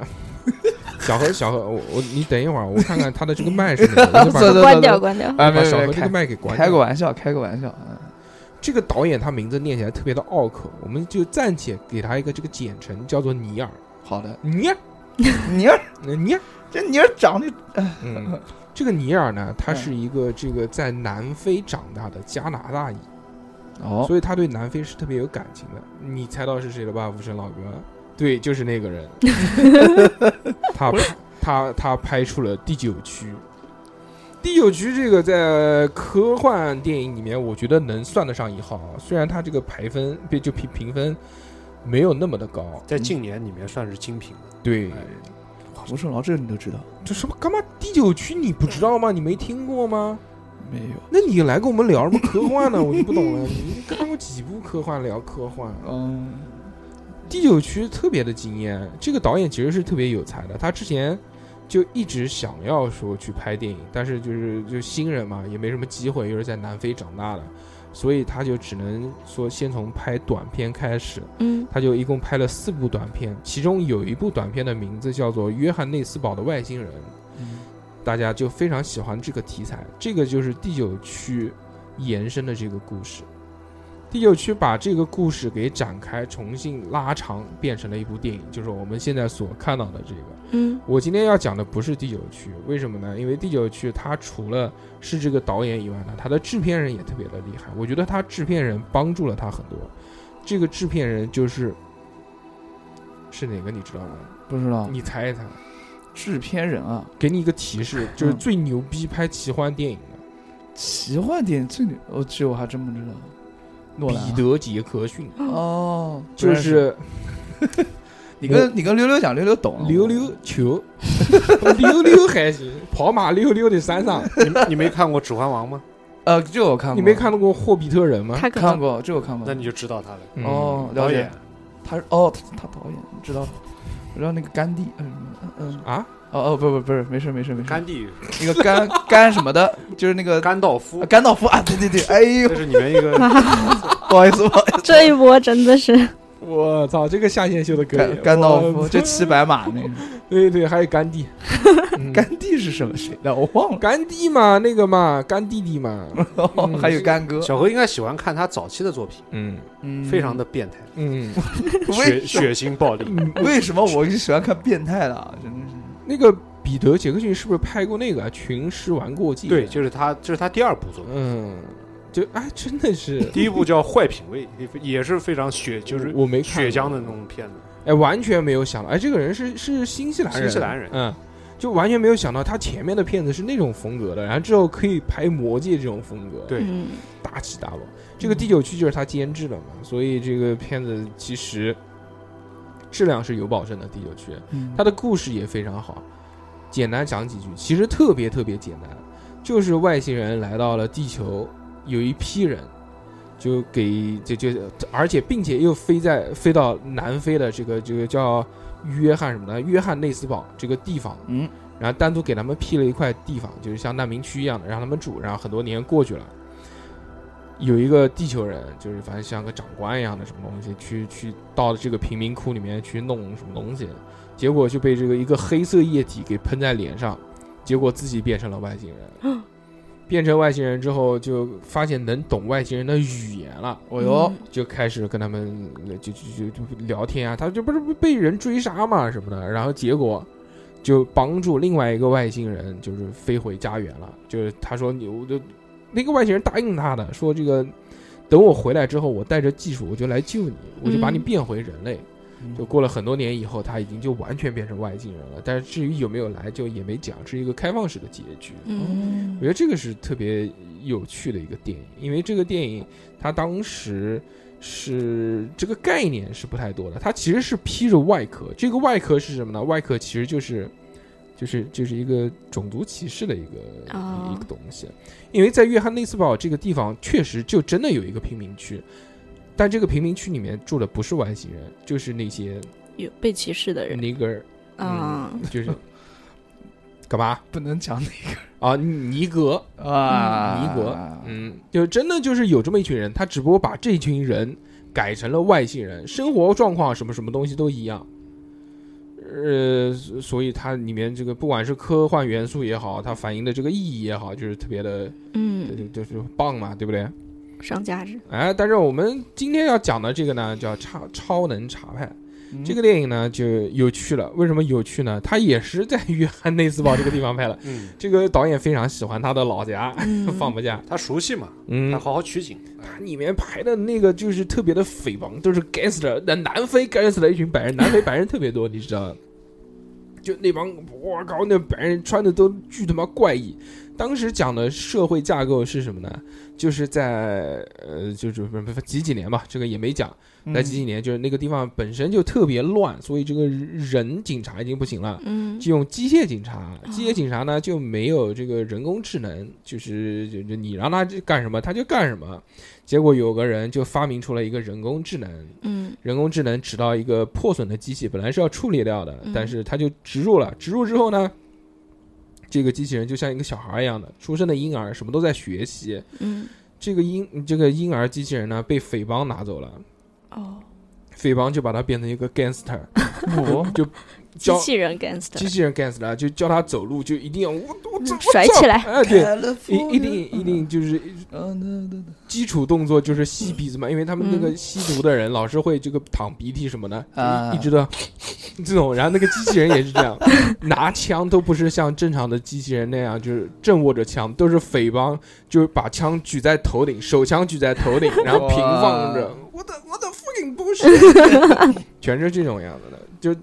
S1: 小何，小何，我我你等一会儿，我看看他的这个麦是哪个，我 就把
S2: 走走
S4: 哦关掉，关掉。
S1: 把
S2: 哎，没
S1: 小
S2: 没
S1: 何
S2: 没
S1: 这个
S2: 开
S1: 麦给关
S2: 开
S1: 掉
S2: 个。玩笑，开个玩笑，嗯
S1: 这个导演他名字念起来特别的拗口，我们就暂且给他一个这个简称，叫做尼尔。
S2: 好的。
S1: 尼尔，
S2: 你儿
S1: 呃尼尔，
S2: 这你儿长得
S1: 嗯，这个尼尔呢，他是一个这个在南非长大的加拿大裔，
S2: 哦，
S1: 所以他对南非是特别有感情的。你猜到是谁了吧，无声老哥？对，就是那个人。他他他拍出了《第九区》。第九区这个在科幻电影里面，我觉得能算得上一号啊。虽然它这个排分，别就评评分没有那么的高。
S3: 在近年里面算是精品了。
S1: 对，
S2: 吴胜劳这个你都知道
S1: 这什么干嘛？第九区你不知道吗？你没听过吗？
S2: 没有？
S1: 那你来跟我们聊什么科幻呢？我就不懂了。你看过几部科幻聊科幻？
S2: 嗯，
S1: 第九区特别的惊艳，这个导演其实是特别有才的，他之前就一直想要说去拍电影，但是就是就新人嘛，也没什么机会，又是在南非长大的，所以他就只能说先从拍短片开始。
S4: 嗯
S1: 他就一共拍了四部短片，其中有一部短片的名字叫做《约翰内斯堡的外星人》，大家就非常喜欢这个题材。这个就是第九区延伸的这个故事。第九区把这个故事给展开，重新拉长，变成了一部电影，就是我们现在所看到的这个。
S4: 嗯
S1: 我今天要讲的不是第九区，为什么呢？因为第九区它除了是这个导演以外呢，他的制片人也特别的厉害。我觉得他制片人帮助了他很多。这个制片人就是是哪个你知道吗？
S2: 不知道
S1: 你猜一猜，
S2: 制片人啊，
S1: 给你一个提示，就是最牛逼拍奇幻电影的
S2: 奇幻电影最牛，我这我还真不知道。诺兰
S1: 彼
S2: 啊
S1: 得杰克逊，
S2: 哦，
S1: 就
S2: 不认识
S1: 是
S2: 你跟你跟溜溜讲，溜溜懂啊，
S1: 溜溜球， 溜溜还行，跑马溜溜的山上。
S3: 你你没看过《指环王》吗？
S2: 呃，这我看过，
S1: 你没看到过《霍比特人》吗？
S4: 他可
S2: 看
S4: 能
S2: 过，这我看过。
S3: 那你就知道他了。
S1: 嗯
S2: 哦，了
S3: 导
S2: 解
S3: 演，，
S2: 他是哦，他他导演，知道了。我知道那个甘地，嗯嗯嗯，
S1: 啊，
S2: 哦哦，不不不是，没事没事没事，
S3: 甘地、
S2: 那个甘甘什么的，就是那个
S3: 甘道夫
S2: 啊，甘道夫啊，对对对，哎呦
S3: 这，是里面 一个
S2: 不好意思不好意思，
S4: 这一波真的是，
S1: 我操，这个下线秀的可以。
S2: 甘甘道
S1: 我
S2: 夫就骑白马那个，
S1: 对对，还有甘地，
S3: 嗯
S2: 甘地是什么谁的？我忘了。
S1: 甘地嘛，那个嘛，干弟弟嘛，嗯
S2: 还有干哥，
S3: 小何应该喜欢看他早期的作品，
S1: 嗯
S2: 嗯
S3: 非常的变态，
S1: 嗯，
S2: 为
S3: 血
S2: 什么
S3: 血腥暴力。
S2: 为什么我就喜欢看变态了？啊真的是
S1: 那个彼得·杰克逊是不是拍过那个《群尸玩过记》？
S3: 对，就是他，这是他第二部作品，
S1: 嗯，就哎，真的是，
S3: 第一部叫《坏品味》，也是非常血， 就是
S1: 我没看
S3: 血
S1: 过
S3: 浆的那种片子。
S1: 哎，完全没有想到，哎，这个人是是新西兰人，
S3: 新西兰人
S1: 嗯，就完全没有想到他前面的片子是那种风格的，然后之后可以拍《魔戒》这种风格，
S3: 对，
S4: 嗯，
S1: 大起大落。这个第九区就是他监制的嘛，所以这个片子其实质量是有保证的。第九区，
S2: 嗯
S1: 他的故事也非常好，简单讲几句，其实特别特别简单，就是外星人来到了地球，有一批人就给就就，而且并且又飞在飞到南非的这个这个叫约翰什么的约翰内斯堡这个地方，
S2: 嗯，
S1: 然后单独给他们辟了一块地方，就是像难民区一样的，让他们住。然后很多年过去了，有一个地球人，就是反正像个长官一样的什么东西，去去到这个贫民窟里面去弄什么东西，结果就被这个一个黑色液体给喷在脸上，结果自己变成了外星人。变成外星人之后，就发现能懂外星人的语言了。
S2: 我哟，
S1: 就开始跟他们呃就就就就聊天啊，他就不是被人追杀嘛什么的，然后结果就帮助另外一个外星人就是飞回家园了，就是他说你我就那个外星人答应他的，说这个等我回来之后，我带着技术我就来救你，我就把你
S4: 嗯
S1: 变回人类。就过了很多年以后，他已经就完全变成外星人了，但是至于有没有来，就也没讲，是一个开放式的结局。
S4: 嗯
S2: 哦
S1: 我觉得这个是特别有趣的一个电影，因为这个电影它当时是这个概念是不太多的，它其实是披着外壳。这个外壳是什么呢？外壳其实就是就是就是一个种族歧视的一个、
S4: 哦
S1: 一个东西，因为在约翰内斯堡这个地方确实就真的有一个贫民区。但这个贫民区里面住的不是外星人，就是那些
S4: 有被歧视的人
S1: 尼格尔，嗯
S4: 啊，
S1: 就是干嘛
S2: 不能讲
S1: 啊？尼格，
S2: 那个啊，
S1: 嗯尼国，嗯，就真的就是有这么一群人，他只不过把这群人改成了外星人，生活状况什么什么东西都一样。呃，所所以它里面这个不管是科幻元素也好，它反映的这个意义也好，就是特别的，就
S4: 嗯，
S1: 就就是棒嘛，对不对？
S4: 上价 值，
S1: 哎，但是我们今天要讲的这个呢，叫超超能查派。
S2: 嗯
S1: 这个电影呢就有趣了，为什么有趣呢？它也是在约翰内斯堡这个地方拍的
S3: 嗯，
S1: 这个导演非常喜欢他的老家，
S4: 嗯
S1: 放不下。
S3: 他熟悉嘛，
S1: 嗯
S3: 他，好好取景。
S1: 它里面排的那个就是特别的诽谤，都是该死的，那南非该死的一群白人，南非白人特别多，你知道吗？就那帮我靠，那白人穿的都巨他妈怪异。当时讲的社会架构是什么呢？就是在呃，就是不不不几几年吧，这个也没讲。
S2: 嗯
S1: 在几几年，就是那个地方本身就特别乱，所以这个人警察已经不行了。
S4: 嗯
S1: 就用机械警察，
S4: 哦
S1: 机械警察呢就没有这个人工智能，就是就就你让他干什么他就干什么。结果有个人就发明出了一个人工智能，
S4: 嗯
S1: 人工智能指到一个破损的机器，本来是要处理掉的
S4: 嗯，
S1: 但是他就植入了，植入之后呢，这个机器人就像一个小孩一样的出生的婴儿，什么都在学习。
S4: 嗯，
S1: 这个婴这个婴儿机器人呢被匪帮拿走了，
S4: 哦，
S1: 匪帮就把它变成一个 gangster，
S2: 我
S1: 就
S4: 机
S1: 教
S4: 器人 gangster
S1: 机器人 gangster 就教他走路，就一定要我我走
S4: 嗯甩起来
S1: 哎， 对，一一定一定就是
S2: 嗯
S1: 基础动作就是吸鼻子嘛，因为他们那个吸毒的人老是会这个淌鼻涕什么的，
S2: 啊
S1: 就一直都 这种。然后那个机器人也是这样， 拿枪都不是像正常的机器人那样，就是正握着枪，都是匪帮，就是把枪举在头顶，手枪举在头 顶，然后平放着
S2: 哇，
S1: 我的我的 fucking bullshit，全 是这种样子的，就。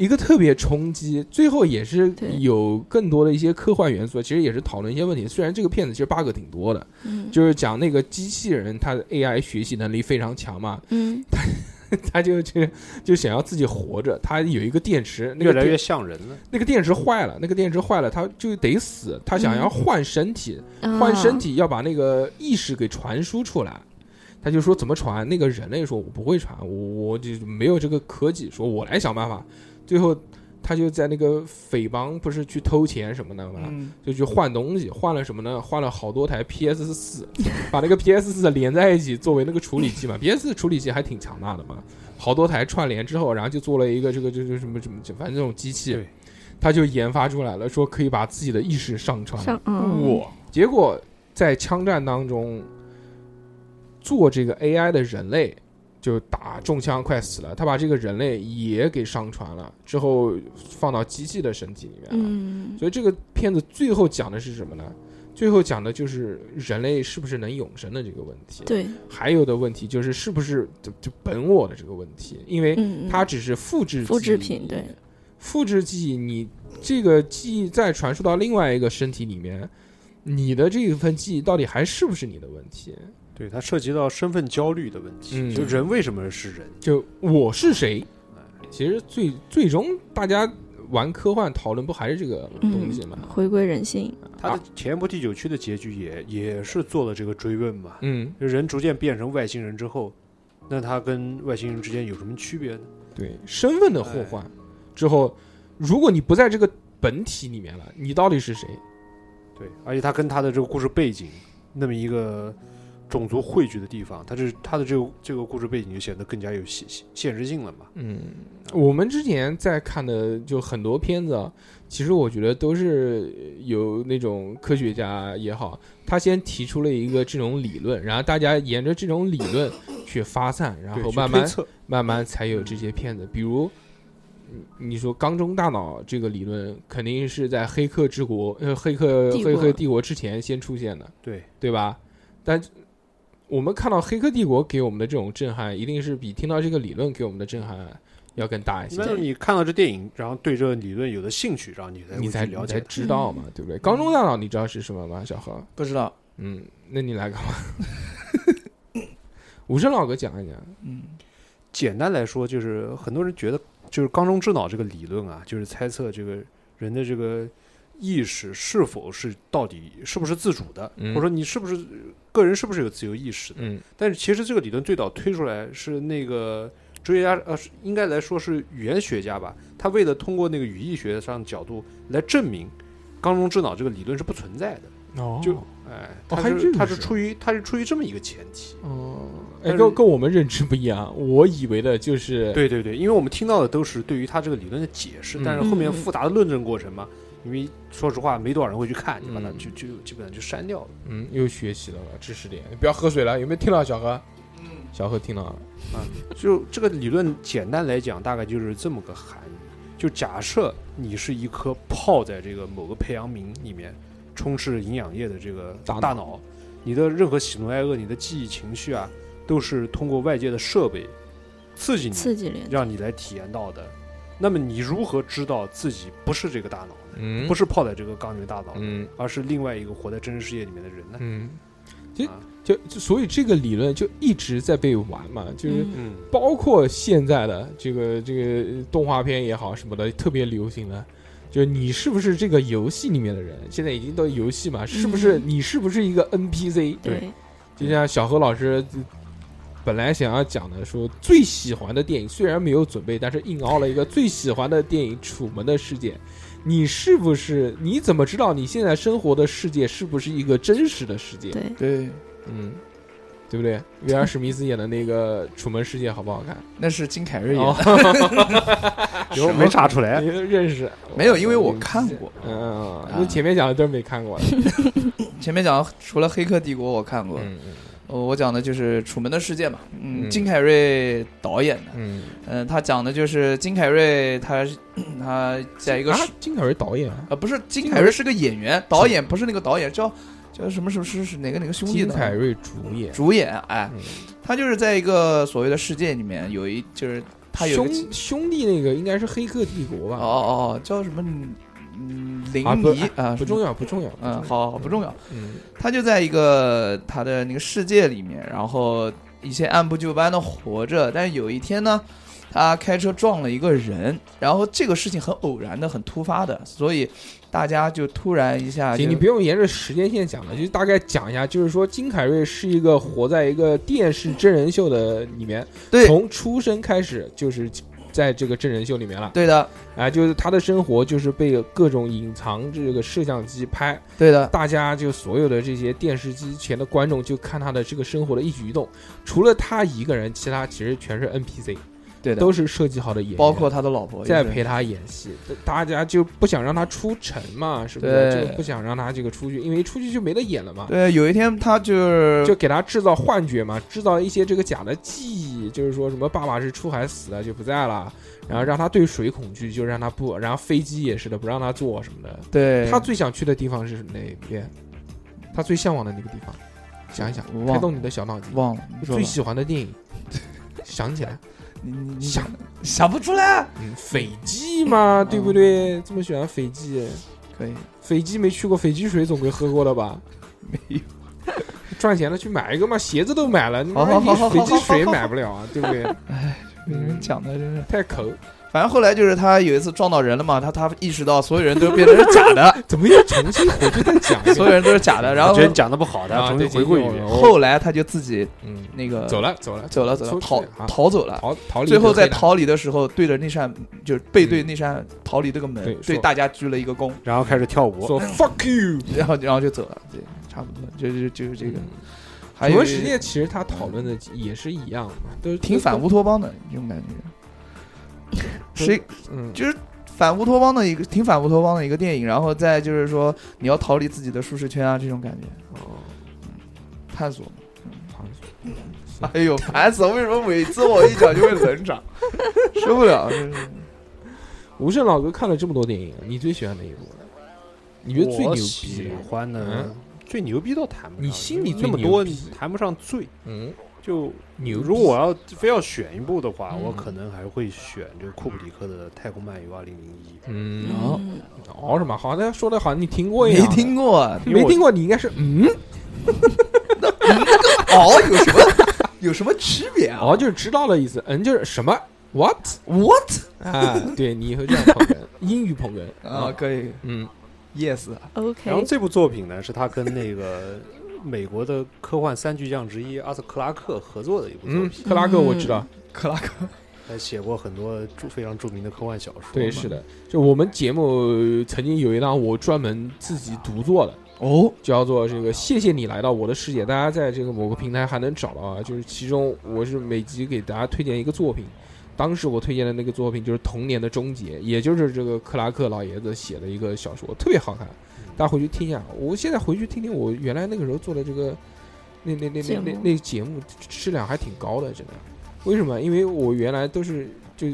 S1: 一个特别冲击，最后也是
S4: 对
S1: 有更多的一些科幻元素，其实也是讨论一些问题。虽然这个片子其实 bug 挺多的，
S4: 嗯
S1: 就是讲那个机器人，它的 AI 学习能力非常强嘛，
S4: 嗯
S1: 它就就就想要自己活着。它有一个电池，那
S3: 越
S1: 个
S3: 来越
S1: 电
S3: 像人了。
S1: 那个电池坏了，那个电池坏了，它就得死。它想要换身体，
S4: 啊
S1: 换身体要把那个意识给传输出来。他就说怎么传？那个人类说我不会传，我我就没有这个科技，说我来想办法。最后。他就在那个匪帮不是去偷钱什么的嘛，
S2: 嗯，
S1: 就去换东西，换了什么呢？换了好多台 PS 四，把那个 PS 四连在一起作为那个处理器嘛。PS 四处理器还挺强大的嘛，好多台串联之后，然后就做了一个这个这个什么什么，反正这种机器
S3: 对，
S1: 他就研发出来了，说可以把自己的意识上传。
S4: 上嗯，
S1: 结果在枪战当中，做这个 AI 的人类就打中枪快死了，他把这个人类也给上传了，之后放到机器的身体里面了。
S4: 嗯
S1: 所以这个片子最后讲的是什么呢？最后讲的就是人类是不是能永生的这个问题，
S4: 对，
S1: 还有的问题就是是不是就就本我的这个问题，因为
S4: 嗯，嗯
S1: 它只是复制
S4: 复制
S1: 记忆
S4: 品对，
S1: 复制记忆，你这个记忆再传输到另外一个身体里面，你的这一份记忆到底还是不是你的问题？
S3: 对，它涉及到身份焦虑的问题，
S1: 嗯
S3: 就人为什么是人？
S1: 就我是谁
S3: 哎？
S1: 其实最最终大家玩科幻讨论不还是这个东西吗？
S4: 嗯回归人性，
S1: 嗯
S3: 它
S1: 啊
S3: 的前言不第九区的结局也也是做了这个追问嘛，
S1: 嗯，
S3: 就人逐渐变成外星人之后，那他跟外星人之间有什么区别呢？
S1: 对身份的互换
S3: 哎
S1: 之后，如果你不在这个本体里面了，你到底是谁？
S3: 嗯对，而且他跟他的这个故事背景，那么一个种族汇聚的地方，他这他的这个这个故事背景就显得更加有现现实性了嘛。
S1: 嗯，我们之前在看的就很多片子啊，其实我觉得都是有那种科学家也好，他先提出了一个这种理论，然后大家沿着这种理论去发散，然
S3: 对
S1: 后
S3: 去
S1: 慢
S3: 推
S1: 慢
S3: 测
S1: 慢慢才有这些片子。比如，嗯你说缸中大脑这个理论，肯定是在《黑客之国》呃，《黑客
S4: 帝
S1: 黑
S4: 国
S1: 客帝国》之前先出现的，
S3: 对
S1: 对吧？但我们看到《黑客帝国》给我们的这种震撼，一定是比听到这个理论给我们的震撼要更大一
S3: 一
S1: 些
S3: 般。是你看到这电影，然后对这个理论有了兴趣，然后你才会
S1: 你才
S3: 去了
S1: 你
S3: 解嗯
S1: 才
S3: 它。
S1: 知道嘛，对不对？缸中大脑你知道是什么吗？小何，
S2: 不知道，
S1: 嗯，那你来干嘛？ 武生老哥讲一讲，
S2: 嗯，
S3: 简单来说，就是很多人觉得，就是缸中之脑这个理论啊，就是猜测这个人的这个意识是否是到底是不是自主的，
S1: 嗯
S3: 或者说你是不是个人是不是有自由意识的。
S1: 嗯
S3: 但是其实这个理论最早推出来是那个哲学家，呃，是应该来说是语言学家吧，他为了通过那个语义学上的角度来证明缸中之脑这个理论是不存在的。
S1: 哦
S3: 就哎，
S1: 哦
S3: 他
S1: 还
S3: 是
S1: 真
S3: 他是
S1: 是
S3: 出于他是出于这么一个前提。
S1: 哦，哎，
S3: 但是
S1: 跟跟我们认知不一样，我以为的就是
S3: 对对对，因为我们听到的都是对于他这个理论的解释，
S1: 嗯
S3: 但是后面
S4: 嗯
S3: 复杂的论证过程嘛，因为说实话没多少人会去看，就把它
S1: 嗯
S3: 就就基本上就删掉了。
S1: 嗯，又学习了知识点。不要喝水了，有没有听到小何？嗯，小何听到了。
S3: 就这个理论简单来讲，大概就是这么个含义：就假设你是一颗泡在这个某个培养皿里面，充斥营养液的这个
S1: 大脑
S3: 大脑，你的任何喜怒哀乐、你的记忆、情绪啊，都是通过外界的设备刺激你，
S4: 刺激连接，
S3: 让你来体验到的。那么你如何知道自己不是这个大脑呢？
S1: 嗯
S3: 不
S1: 是，
S3: 是泡在这个钢铁大脑，
S1: 嗯
S3: 而是另外一个活在真实世界里面的人呢？
S1: 嗯，其实
S3: 啊
S1: 就就所以这个理论就一直在被玩嘛，就是
S4: 嗯
S3: 嗯，
S1: 包括现在的这个这个动画片也好什么的，特别流行的。就是你是不是这个游戏里面的人？现在已经到游戏嘛，是不是你是不是一个 NPC？
S4: 嗯对，
S1: 就像小何老师呃本来想要讲的，说最喜欢的电影虽然没有准备，但是硬凹了一个最喜欢的电影《楚门的世界》。你是不是？你怎么知道你现在生活的世界是不是一个真实的世界？
S4: 对，
S2: 对，
S1: 嗯，对不对？威尔史密斯演的那个《楚门世界》好不好 看？
S2: 那是金凯瑞演的，
S1: 哦，
S3: 有没查出来
S1: 你都认识？
S2: 没有，因为我看过。
S1: 嗯。嗯，嗯
S2: 啊
S1: 那前面讲的都是没看 过的。
S2: 前面讲除了《黑客帝国》，我看过，
S1: 嗯
S2: 呃我讲的就是《楚门的世界》嘛，
S1: 嗯
S2: 嗯，金凯瑞导演的，
S1: 嗯
S2: 嗯，他讲的就是金凯瑞他， 他在一
S1: 嗯，
S2: 个
S1: 啊
S2: 是、，
S1: 金凯瑞导演啊，
S2: 呃不是金
S1: 金凯
S2: 凯
S1: 瑞
S2: 瑞是个演员，导演不是那个导演，叫叫什么什么是是哪个哪个兄弟
S1: 金
S2: 的
S1: 凯瑞主演，
S2: 主演，哎
S1: 嗯，
S2: 他就是在一个所谓的世界里面有一就是他有一个
S1: 兄兄弟那个应该是《黑客帝国》
S2: 哦
S1: 吧？
S2: 哦哦叫什么嗯林
S1: 啊不
S2: 尼啊
S1: 不重要，不重要。不重要
S2: 嗯，，好，好不重要。
S1: 嗯
S2: 他就在一个他的那个世界里面，然后一切按部就班的活着。但是有一天呢，他开车撞了一个人，然后这个事情很偶然的、很突发的，所以大家就突然一啊下就
S1: 行，你不用沿着时间线讲了，就大概讲一下，就是说金凯瑞是一个活在一个电视真人秀的里面，
S2: 对
S1: 从出生开始就是在这个真人秀里面了。
S2: 对的，
S1: 哎，就是他的生活就是被各种隐藏这个摄像机拍，
S2: 对的，
S1: 大家就所有的这些电视机前的观众就看他的这个生活的一举一动，除了他一个人，其他其实全是 NPC，
S2: 对的，
S1: 都是设计好的演员，
S2: 包括他的老婆也
S1: 在
S2: 是
S1: 陪他演戏，大家就不想让他出城嘛，是不是？
S2: 对
S1: 就不想让他这个出去，因为出去就没得演了嘛。
S2: 对，有一天他就是
S1: 就给他制造幻觉嘛，制造一些这个假的记忆，就是说什么爸爸是出海死了就不在了，然后让他对水恐惧，就让他不，然后飞机也是的，不让他坐什么的。
S2: 对
S1: 他最想去的地方是哪边？他最向往的那个地方，想一想
S2: 我，忘了
S1: 开动你的小脑筋。
S2: 忘了你说吧
S1: 最喜欢的电影，想起来，
S2: 你你你
S1: 想
S2: 想不出来，啊
S1: 嗯斐济嘛，对不对？这么喜欢斐济，
S2: 可以
S1: 斐济没去过，斐济水总归喝过了吧？
S2: 没有。
S1: 赚钱了去买一个嘛，鞋子都买了，你妈
S2: 好好
S1: 你
S2: 好好
S1: 斐济
S2: 好好
S1: 水
S2: 好
S1: 买不了啊，对不对？
S2: 被人讲的真是，
S1: 太抠，，
S2: 反正后来就是他有一次撞到人了嘛，他他意识到所有人都变成是假的
S1: 怎么又重新回去再讲一
S2: 所有
S1: 遍？
S2: 人都是假的，然后
S3: 觉得你讲的不好，大家
S1: 啊
S3: 重新回顾一遍。
S2: 后来他就自己
S1: 嗯，
S2: 那个
S1: 走了走了，
S2: 呃走了走了
S1: 出去
S2: 逃
S1: 啊
S2: 逃走了。
S1: 逃逃离
S2: 最
S1: 这个
S2: 后在
S1: 黑嗯
S2: 逃离的时候，对着那扇就是背对那扇逃离这个门
S1: 对，
S2: 对
S1: 说
S2: 大家鞠了一个躬，
S3: 然后开始跳
S1: 暗
S3: 舞，
S1: 说 fuck you。嗯
S2: 然后然后就走了，对，差不多，就就就是这个。还
S1: 我
S2: 有
S1: 们实践其实他讨论的也是一样嘛，都是
S2: 挺反，乌托邦的这种感觉，谁
S1: 都嗯，
S2: 就是反乌托邦的一个挺反乌托邦的一个电影，然后再就是说你要逃离自己的舒适圈啊，这种感觉
S1: 哦
S2: 探索嘛。
S1: 好
S2: 哎呦，烦死了！为什么每次我一讲就会冷场， 受不了。真是
S1: 吴胜老哥看了这么多电影，你最喜欢哪一部？你觉得最
S3: 我
S1: 牛
S3: 喜
S1: 逼？
S3: 欢的
S1: 嗯
S3: 最牛逼倒谈不上，
S1: 你心里
S3: 因为
S1: 最
S3: 那么
S1: 牛
S3: 多
S1: 逼
S3: 谈不上最
S1: 嗯，
S3: 就
S1: 牛逼。
S3: 如果我要非要选一部的话，
S1: 嗯
S3: 我可能还会选就库布里克的《太空漫游2001》，
S1: 嗯，
S2: 好
S4: 嗯
S1: 熬什么？好像说的好像你听过一
S2: 没
S1: 样的，
S2: 听过啊，
S3: 因为
S1: 没
S3: 我
S1: 听过，你应该是嗯，
S2: 哦，有什么 有什么区别啊
S1: 熬哦就是知道的意思，嗯就是什么 what
S2: ？What
S1: 啊？ 对你以后这样捧哏，英语捧哏
S2: 啊，，可以
S1: 嗯，
S2: ，Yes，
S4: ，OK，
S3: 然后这部作品呢，是他跟那个美国的科幻三巨匠之一阿瑟克拉克合作的一部作
S1: 嗯
S3: 品，，
S1: 克拉克我知道，
S2: 克拉克
S3: 他写过很多著非常著名的科幻小说嘛。
S2: 嗯
S1: 对，是的，就我们节目曾经有一档我专门自己独做的，
S2: 哦，
S1: 叫做这个“谢谢你来到我的世界”，大家在这个某个平台还能找到啊。就是其中我是每集给大家推荐一个作品，当时我推荐的那个作品就是《童年的终结》，也就是这个克拉克老爷子写的一个小说，特别好看，大家回去听一下。我现在回去听听我原来那个时候做的这个那那那那
S4: 节
S1: 那
S4: 目
S1: 那节目质量还挺高的，真的。为什么？因为我原来都是就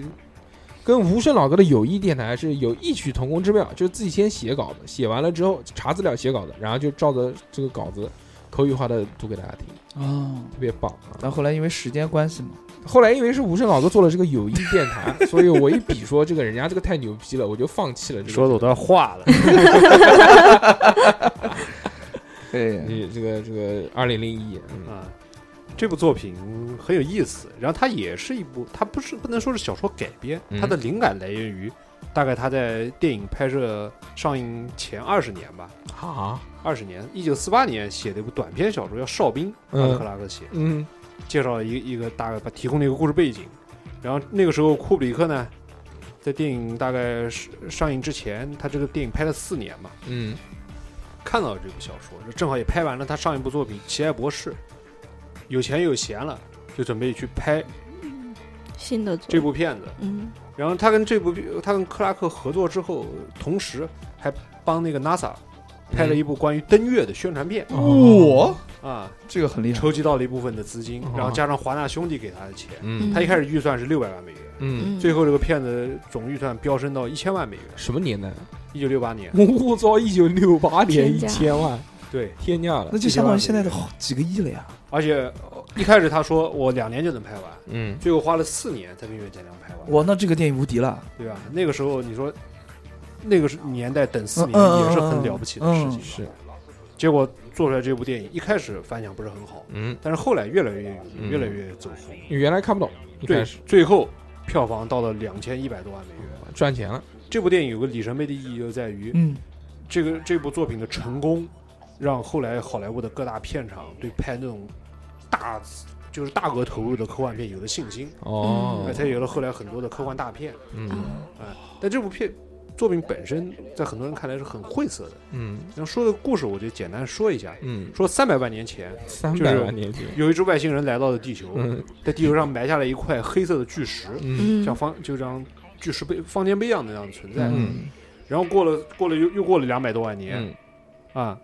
S1: 跟无声老哥的友谊电台是有异曲同工之妙，就是自己先写稿子，写完了之后查资料写稿子，然后就照着这个稿子口语化的读给大家听，
S2: 哦，
S1: 特别棒啊！
S2: 但后来因为时间关系嘛，
S1: 后来因为是无声老哥做了这个友谊电 台，所以我一比说这个人家这个太牛逼了，我就放弃了这个。
S3: 说的我都要化了。
S2: 对，
S1: 你这个这个二零零一，嗯
S3: 啊，这部作品很有意思。然后它也是一部，它不是不能说是小说改编，
S1: 嗯
S3: 它的灵感来源于大概他在电影拍摄上映前二十年吧，
S1: 啊，
S3: 二十年，一九四八年写的一部短篇小说叫《哨兵》，
S1: 嗯
S3: 让克拉克写，
S1: 嗯
S3: 介绍了一个一个大概把提供了一个故事背景。然后那个时候库布里克呢，在电影大概是上映之前，他这个电影拍了四年嘛，
S1: 嗯
S3: 看到了这部小说，就正好也拍完了他上一部作品《奇爱博士》，有钱有闲了，就准备去拍
S4: 新的作
S3: 这
S4: 品，
S3: 部片子。
S4: 嗯，
S3: 然后他跟这部他跟克拉克合作之后，同时还帮那个 NASA 拍了一部关于登月的宣传片
S2: 我
S3: 啊，
S2: 哦这个很厉害，
S3: 筹集到了一部分的资金
S1: 哦，
S3: 然后加上华纳兄弟给他的钱，
S1: 嗯
S3: 他一开始预算是六百万美元，
S1: 嗯，
S4: 嗯
S3: 最后这个片子总预算飙升到一千万美元，
S1: 什么年代？
S3: 一九六八年。
S1: 我操，一九六八年一
S4: 天价
S1: 千万，
S3: 对，
S1: 天价了
S2: 那，就相当于现在的好几个亿了呀。
S3: 而且呃一开始他说我两年就能拍完，
S1: 嗯
S3: 最后花了四年才勉勉强强拍完。
S2: 哇，那这个电影无敌了，
S3: 对吧？那个时候你说，那个时年代等四年
S2: 嗯嗯嗯
S3: 也是很了不起的事情。
S2: 嗯
S1: 是。
S3: 结果做出来这部电影，一开始反响不是很好，
S1: 嗯，
S3: 但是后来越来越有
S1: 嗯
S3: 名，越来越走红。
S2: 嗯
S1: 你原来看不懂，一开
S3: 最
S1: 始
S3: 最后票房到了两千一百多万美元。
S1: 赚钱了，
S3: 这部电影有个里程碑的意义就在于，
S2: 嗯，
S3: 这个这部作品的成功，让后来好莱坞的各大片场对拍那种大就是大额投入的科幻片有了信心，
S1: 哦
S2: 嗯
S3: 哎，才有了后来很多的科幻大片。
S1: 嗯
S4: 啊
S3: 但这部片作品本身，在很多人看来是很晦涩的。
S1: 嗯
S3: 然后说的故事，我就简单说一下。
S1: 嗯，
S3: 说三百万年前，
S1: 三
S3: 就是
S1: 百万年前，
S3: 有一只外星人来到了地球，
S1: 嗯
S3: 在地球上埋下了一块黑色的巨石，
S1: 嗯
S4: 嗯
S3: 像方就像巨石碑、方尖碑一样的那样存在。
S1: 嗯
S3: 然后过了过了又又过了两百多万年、
S1: 嗯
S3: 啊，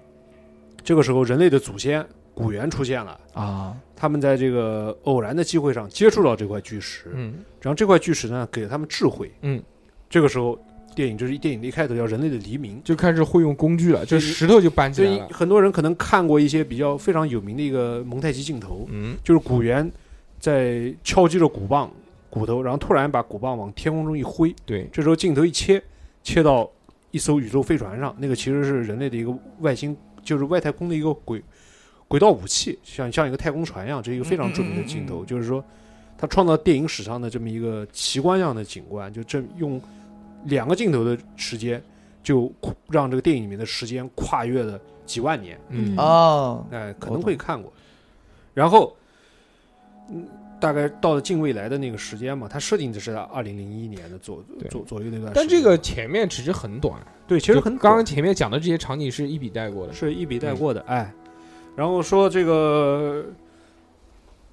S3: 这个时候人类的祖先古猿出现了。
S2: 啊，
S3: 他们在这个偶然的机会上接触到这块巨石，
S1: 嗯
S3: 然后这块巨石呢给了他们智慧。
S1: 嗯，
S3: 这个时候电影就是电影的一开头叫《人类的黎明》，
S1: 就开始会用工具了，就
S3: 对
S1: 石头就搬起
S3: 所
S1: 来
S3: 以
S1: 了。
S3: 很多人可能看过一些比较非常有名的一个蒙太奇镜头，
S1: 嗯
S3: 就是古猿在敲击着鼓棒骨头，然后突然把鼓棒往天空中一挥，
S1: 对，
S3: 这时候镜头一切，切到一艘宇宙飞船上，那个其实是人类的一个外星，就是外太空的一个轨轨道武器，像像一个太空船一样，这是一个非常著名的镜头。
S1: 嗯嗯嗯嗯
S3: 就是说，它创造电影史上的这么一个奇观样的景观，就这用两个镜头的时间，就跨让这个电影里面的时间跨越了几万年。
S1: 嗯
S2: 哦，
S3: 哎，可
S2: 我
S3: 能
S2: 懂
S3: 会看过。然后，嗯，大概到了近未来的那个时间嘛，它设定的是二零零一年的左
S1: 对
S3: 左左右那段时间。
S1: 但这个前面其实很短，
S3: 对，其实很
S1: 就刚
S3: 短
S1: 刚前面讲的这些场景是一笔带过的。嗯
S3: 是一笔带过的，哎，然后说这个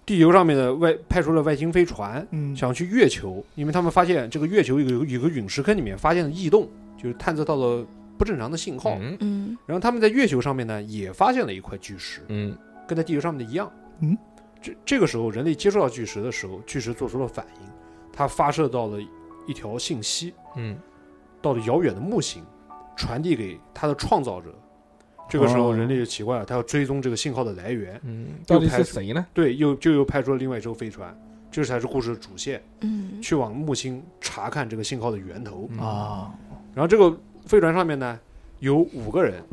S3: 地球上面的外派出了外星飞船，
S2: 嗯
S3: 想去月球，因为他们发现这个月球有个有个陨石坑里面发现了异动，就是探测到了不正常的信号。
S1: 嗯
S4: 嗯
S3: 然后他们在月球上面呢，也发现了一块巨石，
S1: 嗯
S3: 跟在地球上面的一样。
S2: 嗯，
S3: 这这个时候人类接触到巨石的时候，巨石做出了反应，它发射到了一条信息，
S1: 嗯
S3: 到了遥远的木星，传递给它的创造者。这个时候
S2: 哦
S3: 人类就奇怪了，他要追踪这个信号的来源，
S1: 嗯，到底
S3: 又开
S1: 是
S3: 始
S1: 谁呢？
S3: 对，又就又派出了另外一艘飞船，这才是故事的主线，
S4: 嗯
S3: 去往木星查看这个信号的源头。
S1: 嗯
S2: 啊，
S3: 然后这个飞船上面呢有五个人，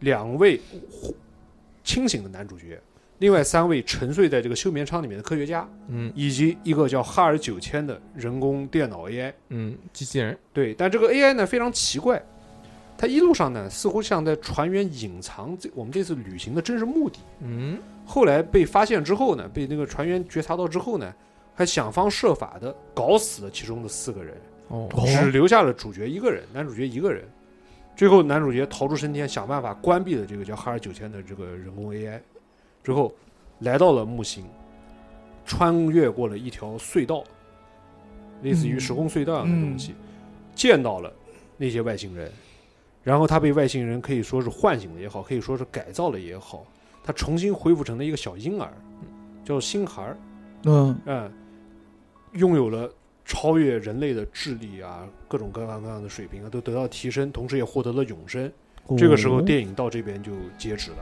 S3: 两位清醒的男主角，另外三位沉睡在这个休眠舱里面的科学家，
S1: 嗯
S3: 以及一个叫哈尔九千的人工电脑 AI。
S1: 嗯，机器人。
S3: 对，但这个 AI 呢非常奇怪，它一路上呢似乎像在船员隐藏这我们这次旅行的真实目的。
S1: 嗯
S3: 后来被发现之后呢，被那个船员觉察到之后呢，还想方设法的搞死了其中的四个人，
S1: 哦
S2: 哦
S3: 只留下了主角一个人，男主角一个人。最后男主角逃出升天，想办法关闭了这个叫哈尔九千的这个人工 AI，之后来到了木星，穿越过了一条隧道，类似于
S2: 嗯
S3: 时空隧道一样的东西，见到了那些外星人，然后他被外星人可以说是唤醒了也好，可以说是改造了也好，他重新恢复成了一个小婴儿，叫星孩儿，
S2: 嗯，
S3: 嗯，拥有了超越人类的智力啊，各种各样各样的水平啊，都得到提升，同时也获得了永生。
S2: 嗯
S3: 这个时
S2: 哦
S3: 候，电影到这边就截止了，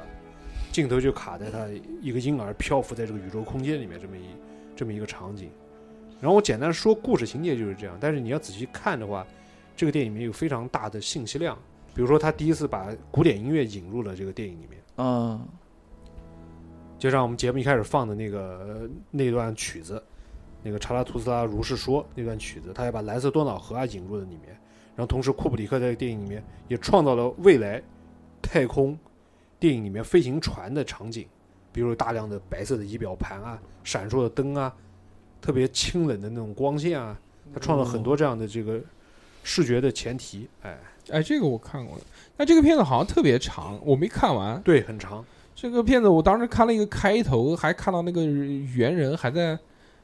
S3: 镜头就卡在他一个婴儿漂浮在这个宇宙空间里面这么一这么一个场景。然后我简单说故事情节就是这样，但是你要仔细看的话，这个电影里面有非常大的信息量。比如说，他第一次把古典音乐引入了这个电影里面，
S2: 嗯
S3: 就像我们节目一开始放的那个呃那段曲子，那个查拉图斯拉如是说那段曲子，他也把蓝色多瑙河啊引入了里面。然后同时，库布里克在电影里面也创造了未来太空电影里面飞行船的场景，比如大量的白色的仪表盘啊、闪烁的灯啊、特别清冷的那种光线啊，他创造很多这样的这个视觉的前提。哎，
S1: 哎，这个我看过了。那这个片子好像特别长，我没看完。
S3: 对，很长。
S1: 这个片子我当时看了一个开头，还看到那个猿人还在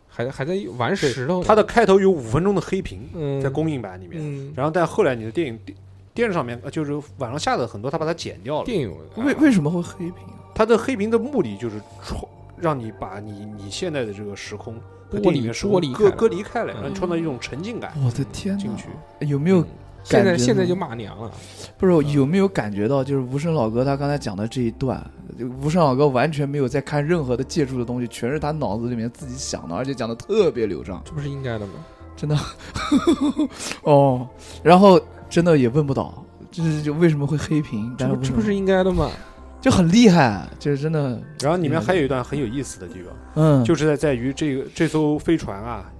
S1: 还还在玩石头呢。
S3: 它的开头有五分钟的黑屏，
S1: 嗯
S3: 在公映版里面。
S1: 嗯
S3: 然后但后来你的电影电电视上面呃就是网上下的很多，他把它剪掉了。
S1: 电影
S2: 为为什么会黑屏啊？
S3: 它的黑屏的目的就是创让你把你你现在的这个时空和
S1: 剥
S3: 电
S1: 离
S3: 影里面时
S1: 剥
S3: 空
S1: 离
S3: 隔
S1: 开来
S3: 隔离开来，
S1: 嗯
S3: 让你创造一种沉浸感
S2: 我的天哪，
S3: 进去。
S2: 有没有
S1: 嗯现在
S2: 感觉
S1: 现在
S2: 呢
S1: 就骂娘了。
S2: 不是有没有感觉到，就是无声老哥他刚才讲的这一段，就无声老哥完全没有在看任何的借助的东西，全是他脑子里面自己想的，而且讲的特别流畅
S1: 这不是应该的吗？
S2: 哦。然后真的也问不倒，就是就为什么会黑屏，
S1: 这
S2: 但是
S1: 不
S2: 为
S1: 这
S2: 什
S1: 不
S2: 么
S1: 是应该的吗？
S2: 就很厉害，就是真的，
S3: 然后里
S1: 嗯
S3: 面还有一段很有意思的地方，
S2: 嗯，
S3: 就是在在于这个这艘飞船啊，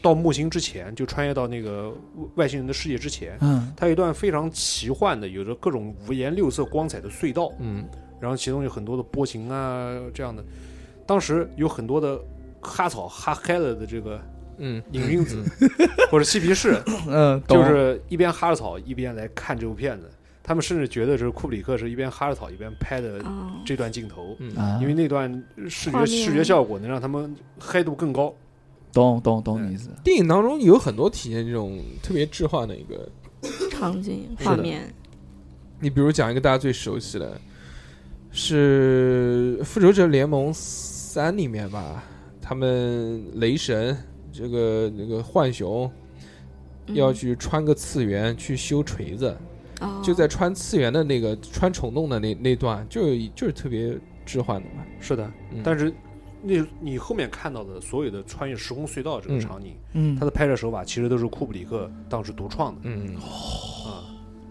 S3: 到木星之前就穿越到那个外星人的世界之前，
S2: 嗯
S3: 它有一段非常奇幻的，有着各种五颜六色光彩的隧道。
S1: 嗯
S3: 然后其中有很多的波形啊这样的，当时有很多的哈草哈嗨了的这个
S1: 嗯，
S3: 瘾君子 或者嬉皮士，
S2: 嗯，
S3: 就
S2: 懂
S3: 是一边哈着草一边来看这部片子。他们甚至觉得是库布里克是一边哈着草一边拍的
S4: 哦，
S3: 这段镜头，
S1: 嗯，
S2: 啊，
S3: 因为那段视
S4: 画
S3: 觉
S4: 面
S3: 视觉效果能让他们嗨度更高。
S2: 懂懂懂你意思，
S1: 电影当中有很多体现这种特别置换的一个，
S4: 场景
S2: 是
S4: 画
S2: 的
S4: 面，
S1: 你比如讲一个大家最熟悉的，是《复仇者联盟三》里面吧，他们雷神这个那个浣熊
S4: 嗯
S1: 要去穿个次元去修锤子，
S4: 哦
S1: 就在穿次元的那个穿虫洞的那那段，就有一就是特别置换的嘛。
S3: 是的，
S1: 嗯
S3: 但是那你后面看到的所有的穿越时空隧道这个
S1: 嗯
S3: 场景，
S2: 嗯
S3: 它的拍摄手法其实都是库布里克当时独创的。
S1: 嗯
S3: 啊，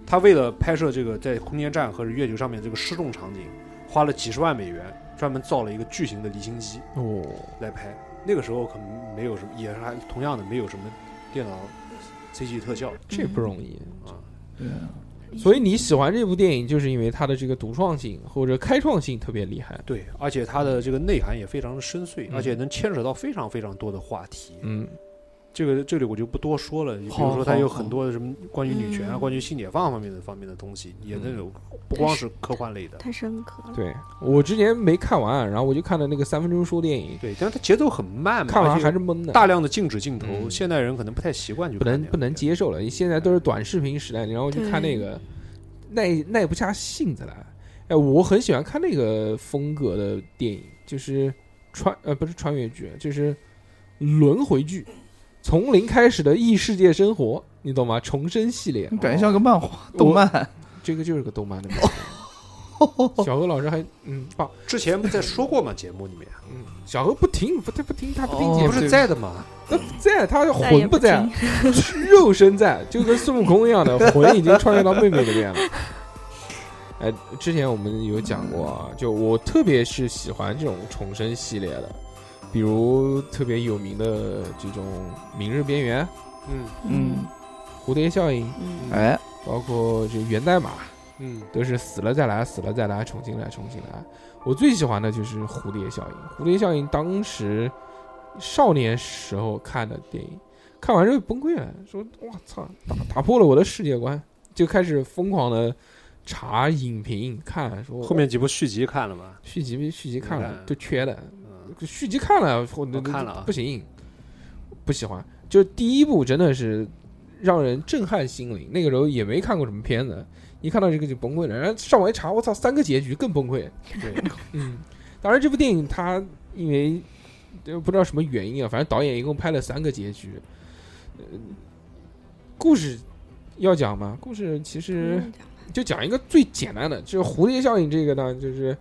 S3: 他为了拍摄这个在空间站和月球上面这个失重场景，花了几十万美元，专门造了一个巨型的离心机
S1: 哦，
S3: 来拍。那个时候可能没有什么，也是还同样的没有什么电脑 CG 特效
S1: 这不容易。
S3: 啊。
S2: 对啊
S1: 所以你喜欢这部电影，就是因为它的这个独创性或者开创性特别厉害。
S3: 对，而且它的这个内涵也非常的深邃，
S1: 嗯
S3: 而且能牵扯到非常非常多的话题。
S1: 嗯
S3: 这个这里我就不多说了，比如
S2: 好
S3: 说它
S2: 好
S3: 有
S2: 好
S3: 很多的什么关于女权啊、
S4: 嗯
S3: 关于性解放方面的方面的东西，也能有，不光是科幻类的。
S4: 太深刻了。
S2: 哦
S1: 对我之前没看完，然后我就看了那个三分钟说电影，
S3: 对，但是它节奏很慢嘛，
S1: 看完
S3: 而且
S1: 还是懵的，
S3: 大量的静止镜头，
S1: 嗯
S3: 现代人可能不太习惯去
S1: 不
S3: 看
S1: 能
S3: 这样
S1: 不能
S3: 的
S1: 接受了。你现在都是短视频时代，然后去看那个，耐耐不下性子来。哎，我很喜欢看那个风格的电影，就是穿呃不是穿越剧，就是轮回剧，从零开始的异世界生活，你懂吗？重生系列，哦
S2: 感觉像个漫画动漫，
S1: 这个就是个动漫的名 字。小何老师还嗯棒，
S3: 之前不在说过吗？节目里面
S1: 嗯，小何不听不他不听他不听
S2: 哦
S1: 节目，
S3: 不是在的吗？
S1: 他不在他
S4: 再也
S1: 魂不
S4: 听
S1: 在，肉身在，就跟孙悟空一样的魂已经穿越到妹妹里 面了。哎，之前我们有讲过啊，就我特别是喜欢这种重生系列的，比如特别有名的这种《明日边缘》
S3: 嗯
S2: 嗯
S1: 《蝴蝶效应》，
S4: 嗯
S2: 哎，
S1: 包括这《源代码》，
S3: 嗯，
S1: 都是死了再来，死了再来，重新来，重新来。我最喜欢的就是《蝴蝶效应》。《蝴蝶效应》当时少年时候看的电影，看完之后崩溃了，说：“我操，打打破了我的世界观！”就开始疯狂的查影评看，说
S3: 后面几部续集看了吗？
S1: 续集续集看
S3: 没
S1: 了
S3: 看
S1: 就缺的，
S3: 嗯，
S1: 续集看了，我
S3: 我看了啊
S1: 不行，不喜欢。就第一部真的是让人震撼心灵，那个时候也没看过什么片子，一看到这个就崩溃了。然后上网一查，我操，三个结局更崩溃。
S3: 对，
S1: 嗯，当然这部电影它因为呃不知道什么原因啊，反正导演一共拍了三个结局。呃，故事要讲吗？故事其实。
S4: 嗯
S1: 就讲一个最简单的，就是蝴蝶效应这个呢，就是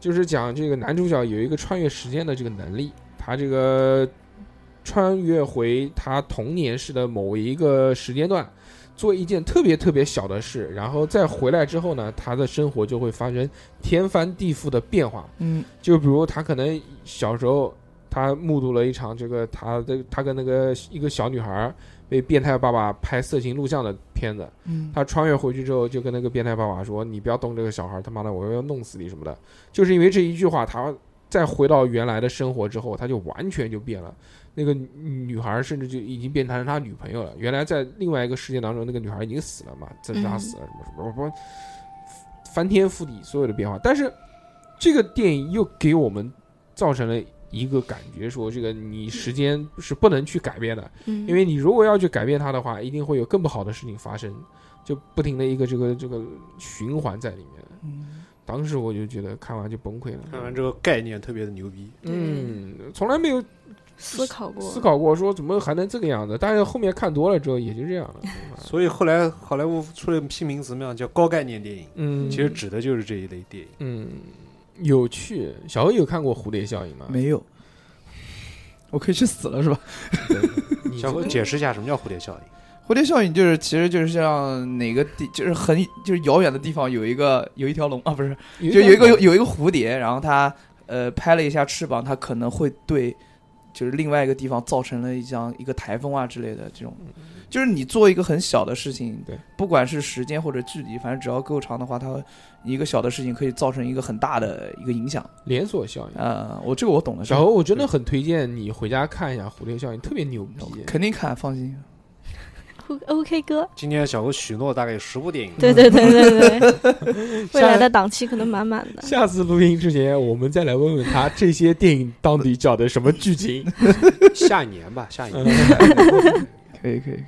S1: 就是讲这个男主角有一个穿越时间的这个能力，他这个穿越回他童年时的某一个时间段，做一件特别特别小的事，然后再回来之后呢，他的生活就会发生天翻地覆的变化。
S2: 嗯
S1: 就比如他可能小时候，他目睹了一场这个他的他跟那个一个小女孩被变态爸爸拍色情录像的片子。
S2: 嗯，
S1: 他穿越回去之后，就跟那个变态爸爸说：“你不要动这个小孩，他妈的，我要弄死你什么的。”就是因为这一句话，他再回到原来的生活之后，他就完全就变了。那个女女孩甚至就已经变成他女朋友了。原来在另外一个世界当中，那个女孩已经死了嘛，自杀死了什么什么，我翻天覆地所有的变化。但是这个电影又给我们造成了一个感觉，说这个你时间是不能去改变的，
S4: 嗯
S1: 因为你如果要去改变它的话，一定会有更不好的事情发生，就不停的一个这个这个循环在里面。
S2: 嗯
S1: 当时我就觉得看完就崩溃了，
S3: 看完这个概念特别的牛逼，
S1: 嗯，从来没有
S4: 思考过，
S1: 思考过说怎么还能这个样子，但是后面看多了之后也就这样了。
S3: 所以后来好莱坞出了新名词嘛，叫高概念电影，
S1: 嗯，
S3: 其实指的就是这一类电影。
S1: 嗯有趣。小欧有看过《蝴蝶效应》吗？
S2: 没有，我可以去死了是吧？
S1: 你
S3: 小
S1: 这
S3: 何
S1: 个
S3: 解释一下什么叫蝴蝶效应？
S2: 蝴蝶效应就是，其实就是像哪个地，就是很就是遥远的地方有一个有一条龙啊，不是，就有一个有有一个蝴蝶，然后它呃拍了一下翅膀，它可能会对就是另外一个地方造成了一像一个台风啊之类的这种就是你做一个很小的事情，
S1: 对，
S2: 不管是时间或者距离，反正只要够长的话，它会一个小的事情可以造成一个很大的一个影响。
S1: 连锁效应。
S2: 呃，我这个我懂了，
S1: 小侯，我真的很推荐你回家看一下《蝴蝶效应》，特别牛逼。
S2: 肯定看，放心。
S4: OK 哥，
S3: 今天小何许诺大概有十部
S1: 嗯
S3: 电影，
S4: 对对对对对， 未来的档期可能满满的。
S1: 下次录音之前，我们再来问问他这些电影到底讲的什么剧情。
S3: 下一年吧，下一年。
S2: 可以可以可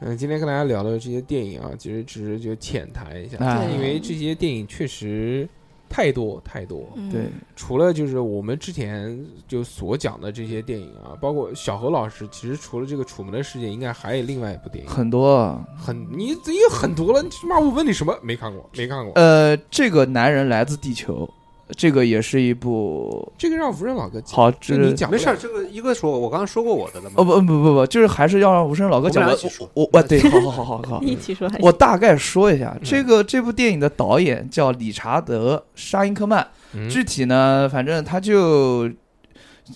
S1: 嗯，今天跟大家聊的这些电影啊，其实只是就浅谈一下，
S2: 啊
S1: 因为这些电影确实太多太多。
S4: 嗯
S2: 以，对，
S1: 除了就是我们之前就所讲的这些电影啊，包括小何老师，其实除了这个《楚门的世界》，应该还有另外一部电影，
S2: 很多啊。
S1: 很你这也很多了。你他妈我问你什么没看过？没看过。
S2: 呃，这个男人来自地球，这个也是一部
S1: 这个让吴任老哥讲，
S2: 好，
S1: 这
S2: 这
S1: 你讲不
S3: 没
S1: 了
S3: 事儿，这个一个说，我刚刚说过我的了嘛。
S2: 哦，不不不不，就是还是要让无声老哥
S3: 我们
S2: 讲
S3: 俩
S2: 我
S3: 一起说。
S2: 我我对， 好好好好好，
S4: 一起说还
S2: 我大概说一下，
S1: 嗯
S2: 这个这部电影的导演叫理查德·沙因克曼，
S1: 嗯
S2: 具体呢，反正他就。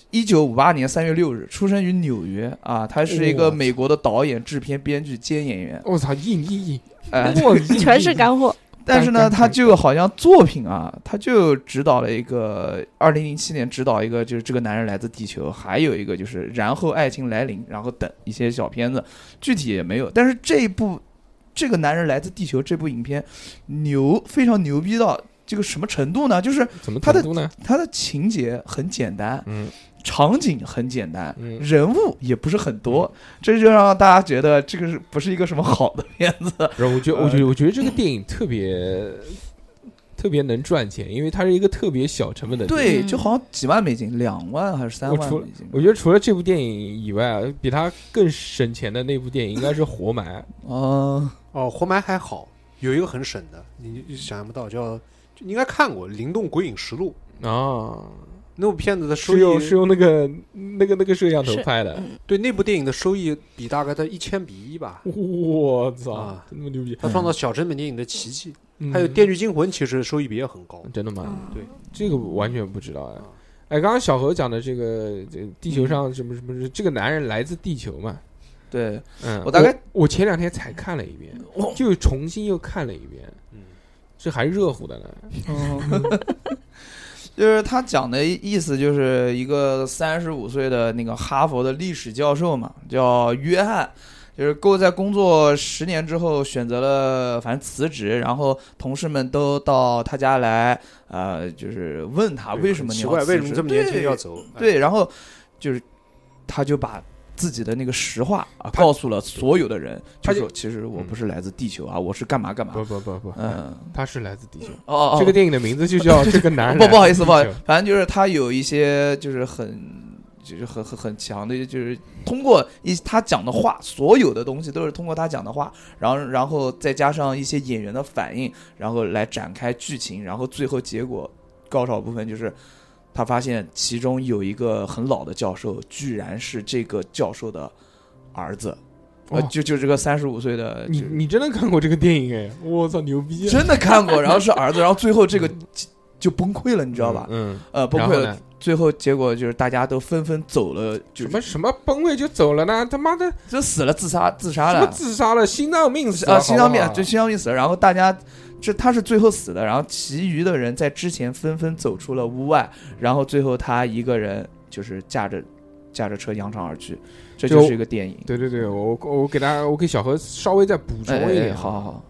S2: 一九五八年三月六日出生于纽约啊，他是一
S1: 哇
S2: 个美国的导演、制片、编剧兼演员。
S1: 我操，硬硬硬，
S2: 哎，
S1: 我硬
S4: 全是
S1: 硬
S4: 干货。
S2: 但是
S1: 干
S2: 呢，
S1: 干
S2: 他
S1: 干
S2: 就好像作品啊，他就指导了一个二零零七年指导一个就是这个男人来自地球，还有一个就是然后爱情来临，然后等一些小片子，具体也没有。但是这一部这个男人来自地球这部影片牛非常牛逼到这个什么程度呢？就是
S1: 怎么
S2: 他的
S1: 程度呢？
S2: 它的情节很简单，
S1: 嗯
S2: 场景很简单。
S1: 嗯，
S2: 人物也不是很多，这就让大家觉得这个是不是一个什么好的片子？
S1: 然后我觉得，我
S3: 呃
S1: 觉得，我觉得这个电影特别特别能赚钱，因为它是一个特别小成本的。
S2: 对，
S4: 嗯
S2: 就好像几万美金，两万还是三
S1: 我
S2: 万
S1: 除
S2: 美金？
S1: 我觉得除了这部电影以外，啊比它更省钱的那部电影应该是《活埋》。
S2: 哦，
S3: 哦，活埋还好，有一个很省的，你你想象不到，叫就你应该看过《灵动鬼影实录》
S1: 啊，
S3: 哦那部片子的收
S1: 是用
S3: 益
S1: 是用那个那个那个摄像头
S4: 是
S1: 拍的，
S3: 对那部电影的收益比大概在一千比一吧。
S1: 我操
S3: 嗯啊，
S1: 真他妈牛逼！
S3: 他
S2: 嗯
S3: 创造小成本电影的奇迹，
S1: 嗯
S3: 还有《电锯惊魂》，其实收益比也很高。
S1: 真的吗？
S4: 嗯
S3: 对
S1: 这个完全不知道哎
S3: 啊。嗯
S1: 哎，刚刚小何讲的这个，这地球上什么什么，这个男人来自地球嘛？
S2: 对，
S1: 嗯，
S2: 我大概
S1: 我前两天才看了一遍，就重新又看了一遍，
S3: 嗯，
S1: 这还热乎的呢。
S2: 就是他讲的意思就是一个三十五岁的那个哈佛的历史教授嘛，叫约翰。就是够在工作十年之后选择了，反正辞职，然后同事们都到他家来，呃，就是问他啊为什么你
S3: 奇
S2: 要
S3: 怪，
S2: 辞
S3: 为什么
S2: 职
S3: 这么年
S2: 对
S3: 轻要走？哎
S2: 对，然后就是他就把自己的那个实话啊告诉了所有的人，
S1: 他
S2: 就
S1: 就是嗯
S2: 其实我不是来自地球啊，我是干嘛干嘛。
S1: 不不不不，
S2: 嗯，
S1: 他是来自地球。
S2: 哦哦，哦
S1: 这个电影的名字就叫 《这个男人》。
S2: 不不好意思，不好意
S1: 思
S2: 思，，反正就是他有一些就是很就是很很很强的，就是通过一他讲的话，所有的东西都是通过他讲的话，然后然后再加上一些演员的反应，然后来展开剧情，然后最后结果高潮部分就是。他发现其中有一个很老的教授，居然是这个教授的儿子，
S1: 哦
S2: 呃，就就这个三十五岁的，
S1: 你
S2: 就是
S1: 你真的看过这个电影哎？我操，牛逼！
S2: 真的看过，然后是儿子，然后最后这个就就崩溃了，你
S1: 你
S2: 知道吧？
S1: 嗯，
S2: 呃，崩
S1: 然
S2: 溃
S1: 后
S2: 了，
S1: 呢？
S2: 最后结果就是大家都纷纷走了，就
S1: 什
S2: 是
S1: 么什么崩溃就走了呢？他妈的，
S2: 就死了，自杀自杀
S1: 什么
S2: 了
S1: 自杀了，心脏病死
S2: 啊，
S1: 了，
S2: 心脏病
S1: 好不好
S2: 就心脏病死了。然后大家这他是最后死的，然后其余的人在之前纷纷走出了屋外，然后最后他一个人就是驾着驾着车扬长而去，这
S1: 就
S2: 就是一个电影。
S1: 对对对，我我我给大家，我给小何稍微再补充
S2: 哎，
S1: 一
S2: 哎
S1: 点。
S2: 哎好好好，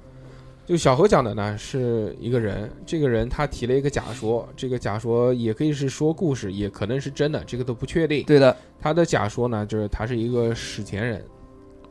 S1: 就小何讲的呢，是一个人，这个人他提了一个假说，这个假说也可以是说故事，也可能是真的，这个都不确定。
S2: 对的，
S1: 他的假说呢，就是他是一个史前人，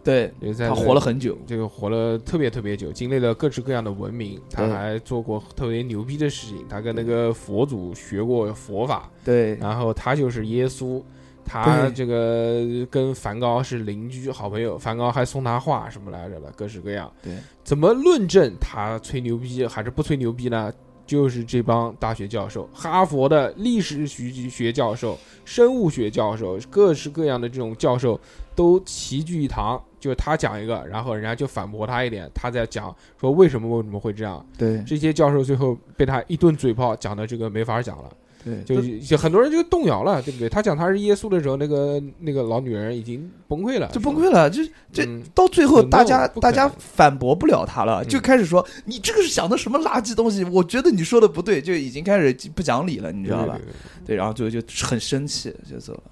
S2: 对
S1: 就是在
S2: 他活了很久，
S1: 这个活了特别特别久，经历了各式各样的文明，他
S2: 对
S1: 还做过特别牛逼的事情，他跟那个佛祖学过佛法，
S2: 对
S1: 然后他就是耶稣，他
S2: 对
S1: 这个跟梵高是邻居好朋友，梵高还送他画什么来着的，各式各样。
S2: 对，
S1: 怎么论证他吹牛逼还是不吹牛逼呢？就是这帮大学教授，哈佛的历史学学教授、生物学教授，各式各样的这种教授都齐聚一堂，就是他讲一个，然后人家就反驳他一点，他在讲说为什么为什么会这样。
S2: 对
S1: 这些教授最后被他一顿嘴炮，讲的这个没法讲了。
S2: 对，
S1: 就就很多人就动摇了，对不对？他讲他是耶稣的时候，那个那个老女人已经崩溃了，
S2: 就崩溃了，就这
S1: 嗯
S2: 到最后，
S1: No，
S2: 大家
S1: 不可
S2: 大
S1: 能
S2: 家反驳不了他了，
S1: 嗯
S2: 就开始说你这个是想的什么垃圾东西？我觉得你说的不对，就已经开始不讲理了，你知道吧
S1: 对？对对
S2: 对，然后就就很生气就走了。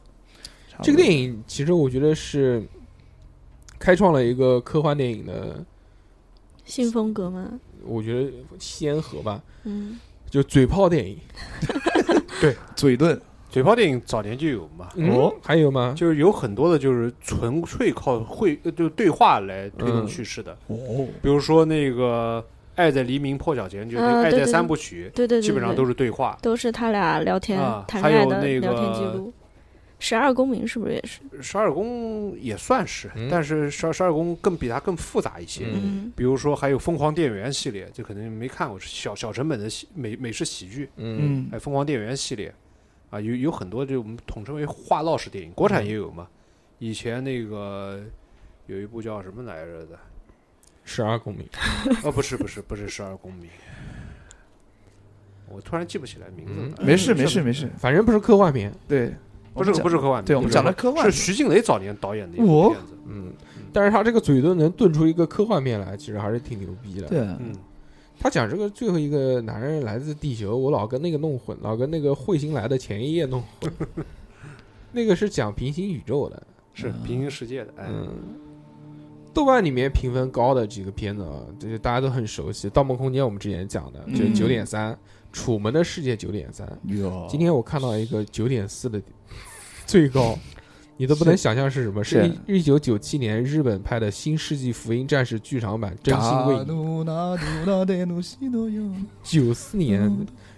S2: 差不多
S1: 这个电影其实我觉得是开创了一个科幻电影的，
S4: 新风格嘛，
S1: 我觉得先河吧，
S4: 嗯，
S1: 就嘴炮电影。
S2: 嘴遁，
S3: 嘴炮电影早年就有嘛，
S1: 嗯、哦，还有吗？
S3: 就是有很多的，就是纯粹靠会呃就对话来推动
S1: 嗯
S3: 叙事的，
S2: 哦，
S3: 比如说那个《爱在黎明破晓前》，就是那个《
S4: 啊
S3: 爱
S4: 对
S3: 在
S4: 对
S3: 三
S4: 对
S3: 部曲
S4: 对》，对对，
S3: 基本上
S4: 对
S3: 都是对话。
S4: 都是他俩聊天、
S3: 啊
S4: 谈
S3: 还
S4: 恋爱
S3: 有
S4: 的
S3: 那
S4: 聊天记
S3: 个
S4: 录。十二公民是不是也是？
S3: 十二宫也算是，
S1: 嗯
S3: 但是十二十二宫更比它更复杂一些。
S1: 嗯
S4: 嗯，
S3: 比如说还有《疯狂电源》系列，这可能没看过，是小小成本的喜美美式喜剧。
S1: 嗯
S2: 嗯
S3: 哎，，《疯狂电源》系列啊，有有很多就我们统称为话唠式电影，
S2: 嗯
S3: 国产也有嘛。以前那个有一部叫什么来着的？
S1: 十二公民，
S3: 哦，不是不是不是十二公民，我突然记不起来名字了。
S1: 嗯
S3: 哎
S2: 没事没事没事，
S1: 反正不是科幻片。
S2: 对，
S3: 不是
S2: 我们讲
S3: 不是科幻片，
S2: 对我们讲的
S3: 的
S2: 科幻
S3: 是徐静蕾早年导演的一
S2: 我
S3: 部片子。
S1: 嗯，但是他这个嘴遁能遁出一个科幻片来，其实还是挺牛逼的。
S2: 对，
S3: 嗯，
S1: 他讲这个最后一个男人来自地球，我老跟那个弄混，老跟那个彗星来的前一夜弄混。 那个是讲平行宇宙的，
S3: 是平行世界的。哎，
S1: 嗯。豆瓣里面评分高的几个片子啊，这些大家都很熟悉，《盗梦空间》我们之前讲的就是
S2: 嗯哦
S1: 九点三，《楚门的世界》九点三。
S2: 哟
S1: 今天我看到一个九点四的 最高，你都不能想象是什么，是
S2: 是
S1: 一九九七年日本拍的《新世纪福音战士》剧场版，真心为你。九四年，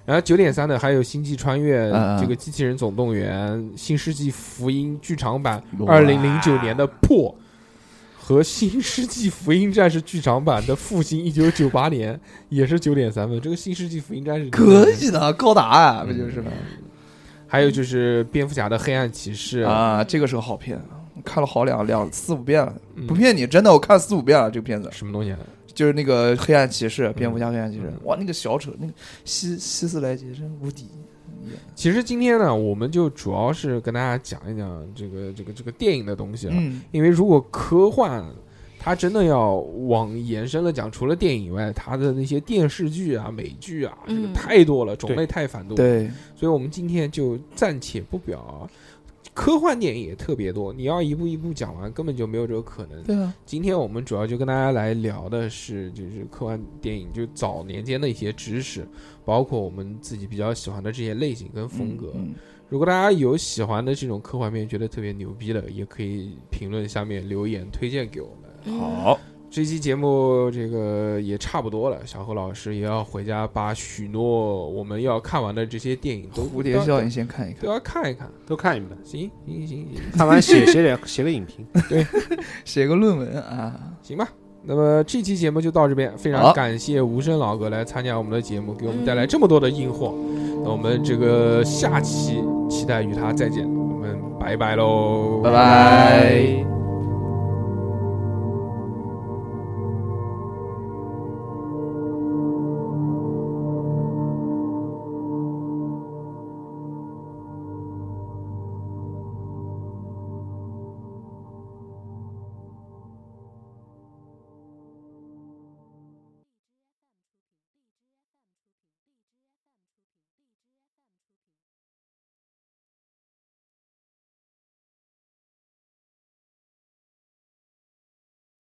S1: 然后九点三的还有《星际穿越
S2: 嗯嗯》
S1: 这个《机器人总动员》《新世纪福音》剧场版，
S2: 哇
S1: 二零零九年的《破》和《新世纪福音战士》剧场版的《复兴》，一九九八年 也是九点三分。这个《新世纪福音战士》
S2: 可以的，高达啊，不就是吗？
S1: 嗯还有就是蝙蝠侠的《黑暗骑士》
S2: 啊，这个是个好片，我看了好两两四五遍了，
S1: 嗯
S2: 不骗你，真的，我看四五遍了这个片子，
S1: 什么东西啊？
S2: 就是那个黑暗骑士，蝙蝠侠黑暗骑士
S1: 嗯，
S2: 哇，那个小丑，那个希希斯莱杰真无敌，啊
S1: 其实今天呢，我们就主要是跟大家讲一讲这个这个这个电影的东西了。啊
S2: 嗯，
S1: 因为如果科幻，它真的要往延伸了讲，除了电影以外，它的那些电视剧啊、美剧啊，这个
S4: 嗯
S1: 太多了，种类太繁多。，
S2: 对，
S1: 所以我们今天就暂且不表啊。科幻电影也特别多，你要一步一步讲完，根本就没有这个可能。
S2: 对啊，
S1: 今天我们主要就跟大家来聊的是，就是科幻电影就早年间的一些知识，包括我们自己比较喜欢的这些类型跟风格。
S2: 嗯
S1: 如果大家有喜欢的这种科幻片，觉得特别牛逼的，也可以评论下面留言推荐给我们。
S2: 嗯
S4: 嗯，
S2: 好，
S1: 这期节目这个也差不多了，小何老师也要回家把许诺我们要看完的这些电影都
S2: 蝴蝶效应先看一
S1: 都
S2: 看，
S1: 要看一看。
S3: 都看一遍，
S1: 行行行行
S3: 看完写写点写个影评。
S2: 写个论文啊，
S1: 行吧。那么这期节目就到这边，非常
S2: 好
S1: 感谢无声老哥来参加我们的节目，给我们带来这么多的硬货。那我们这个下期期待与他再见，我们拜拜喽，
S2: 拜拜。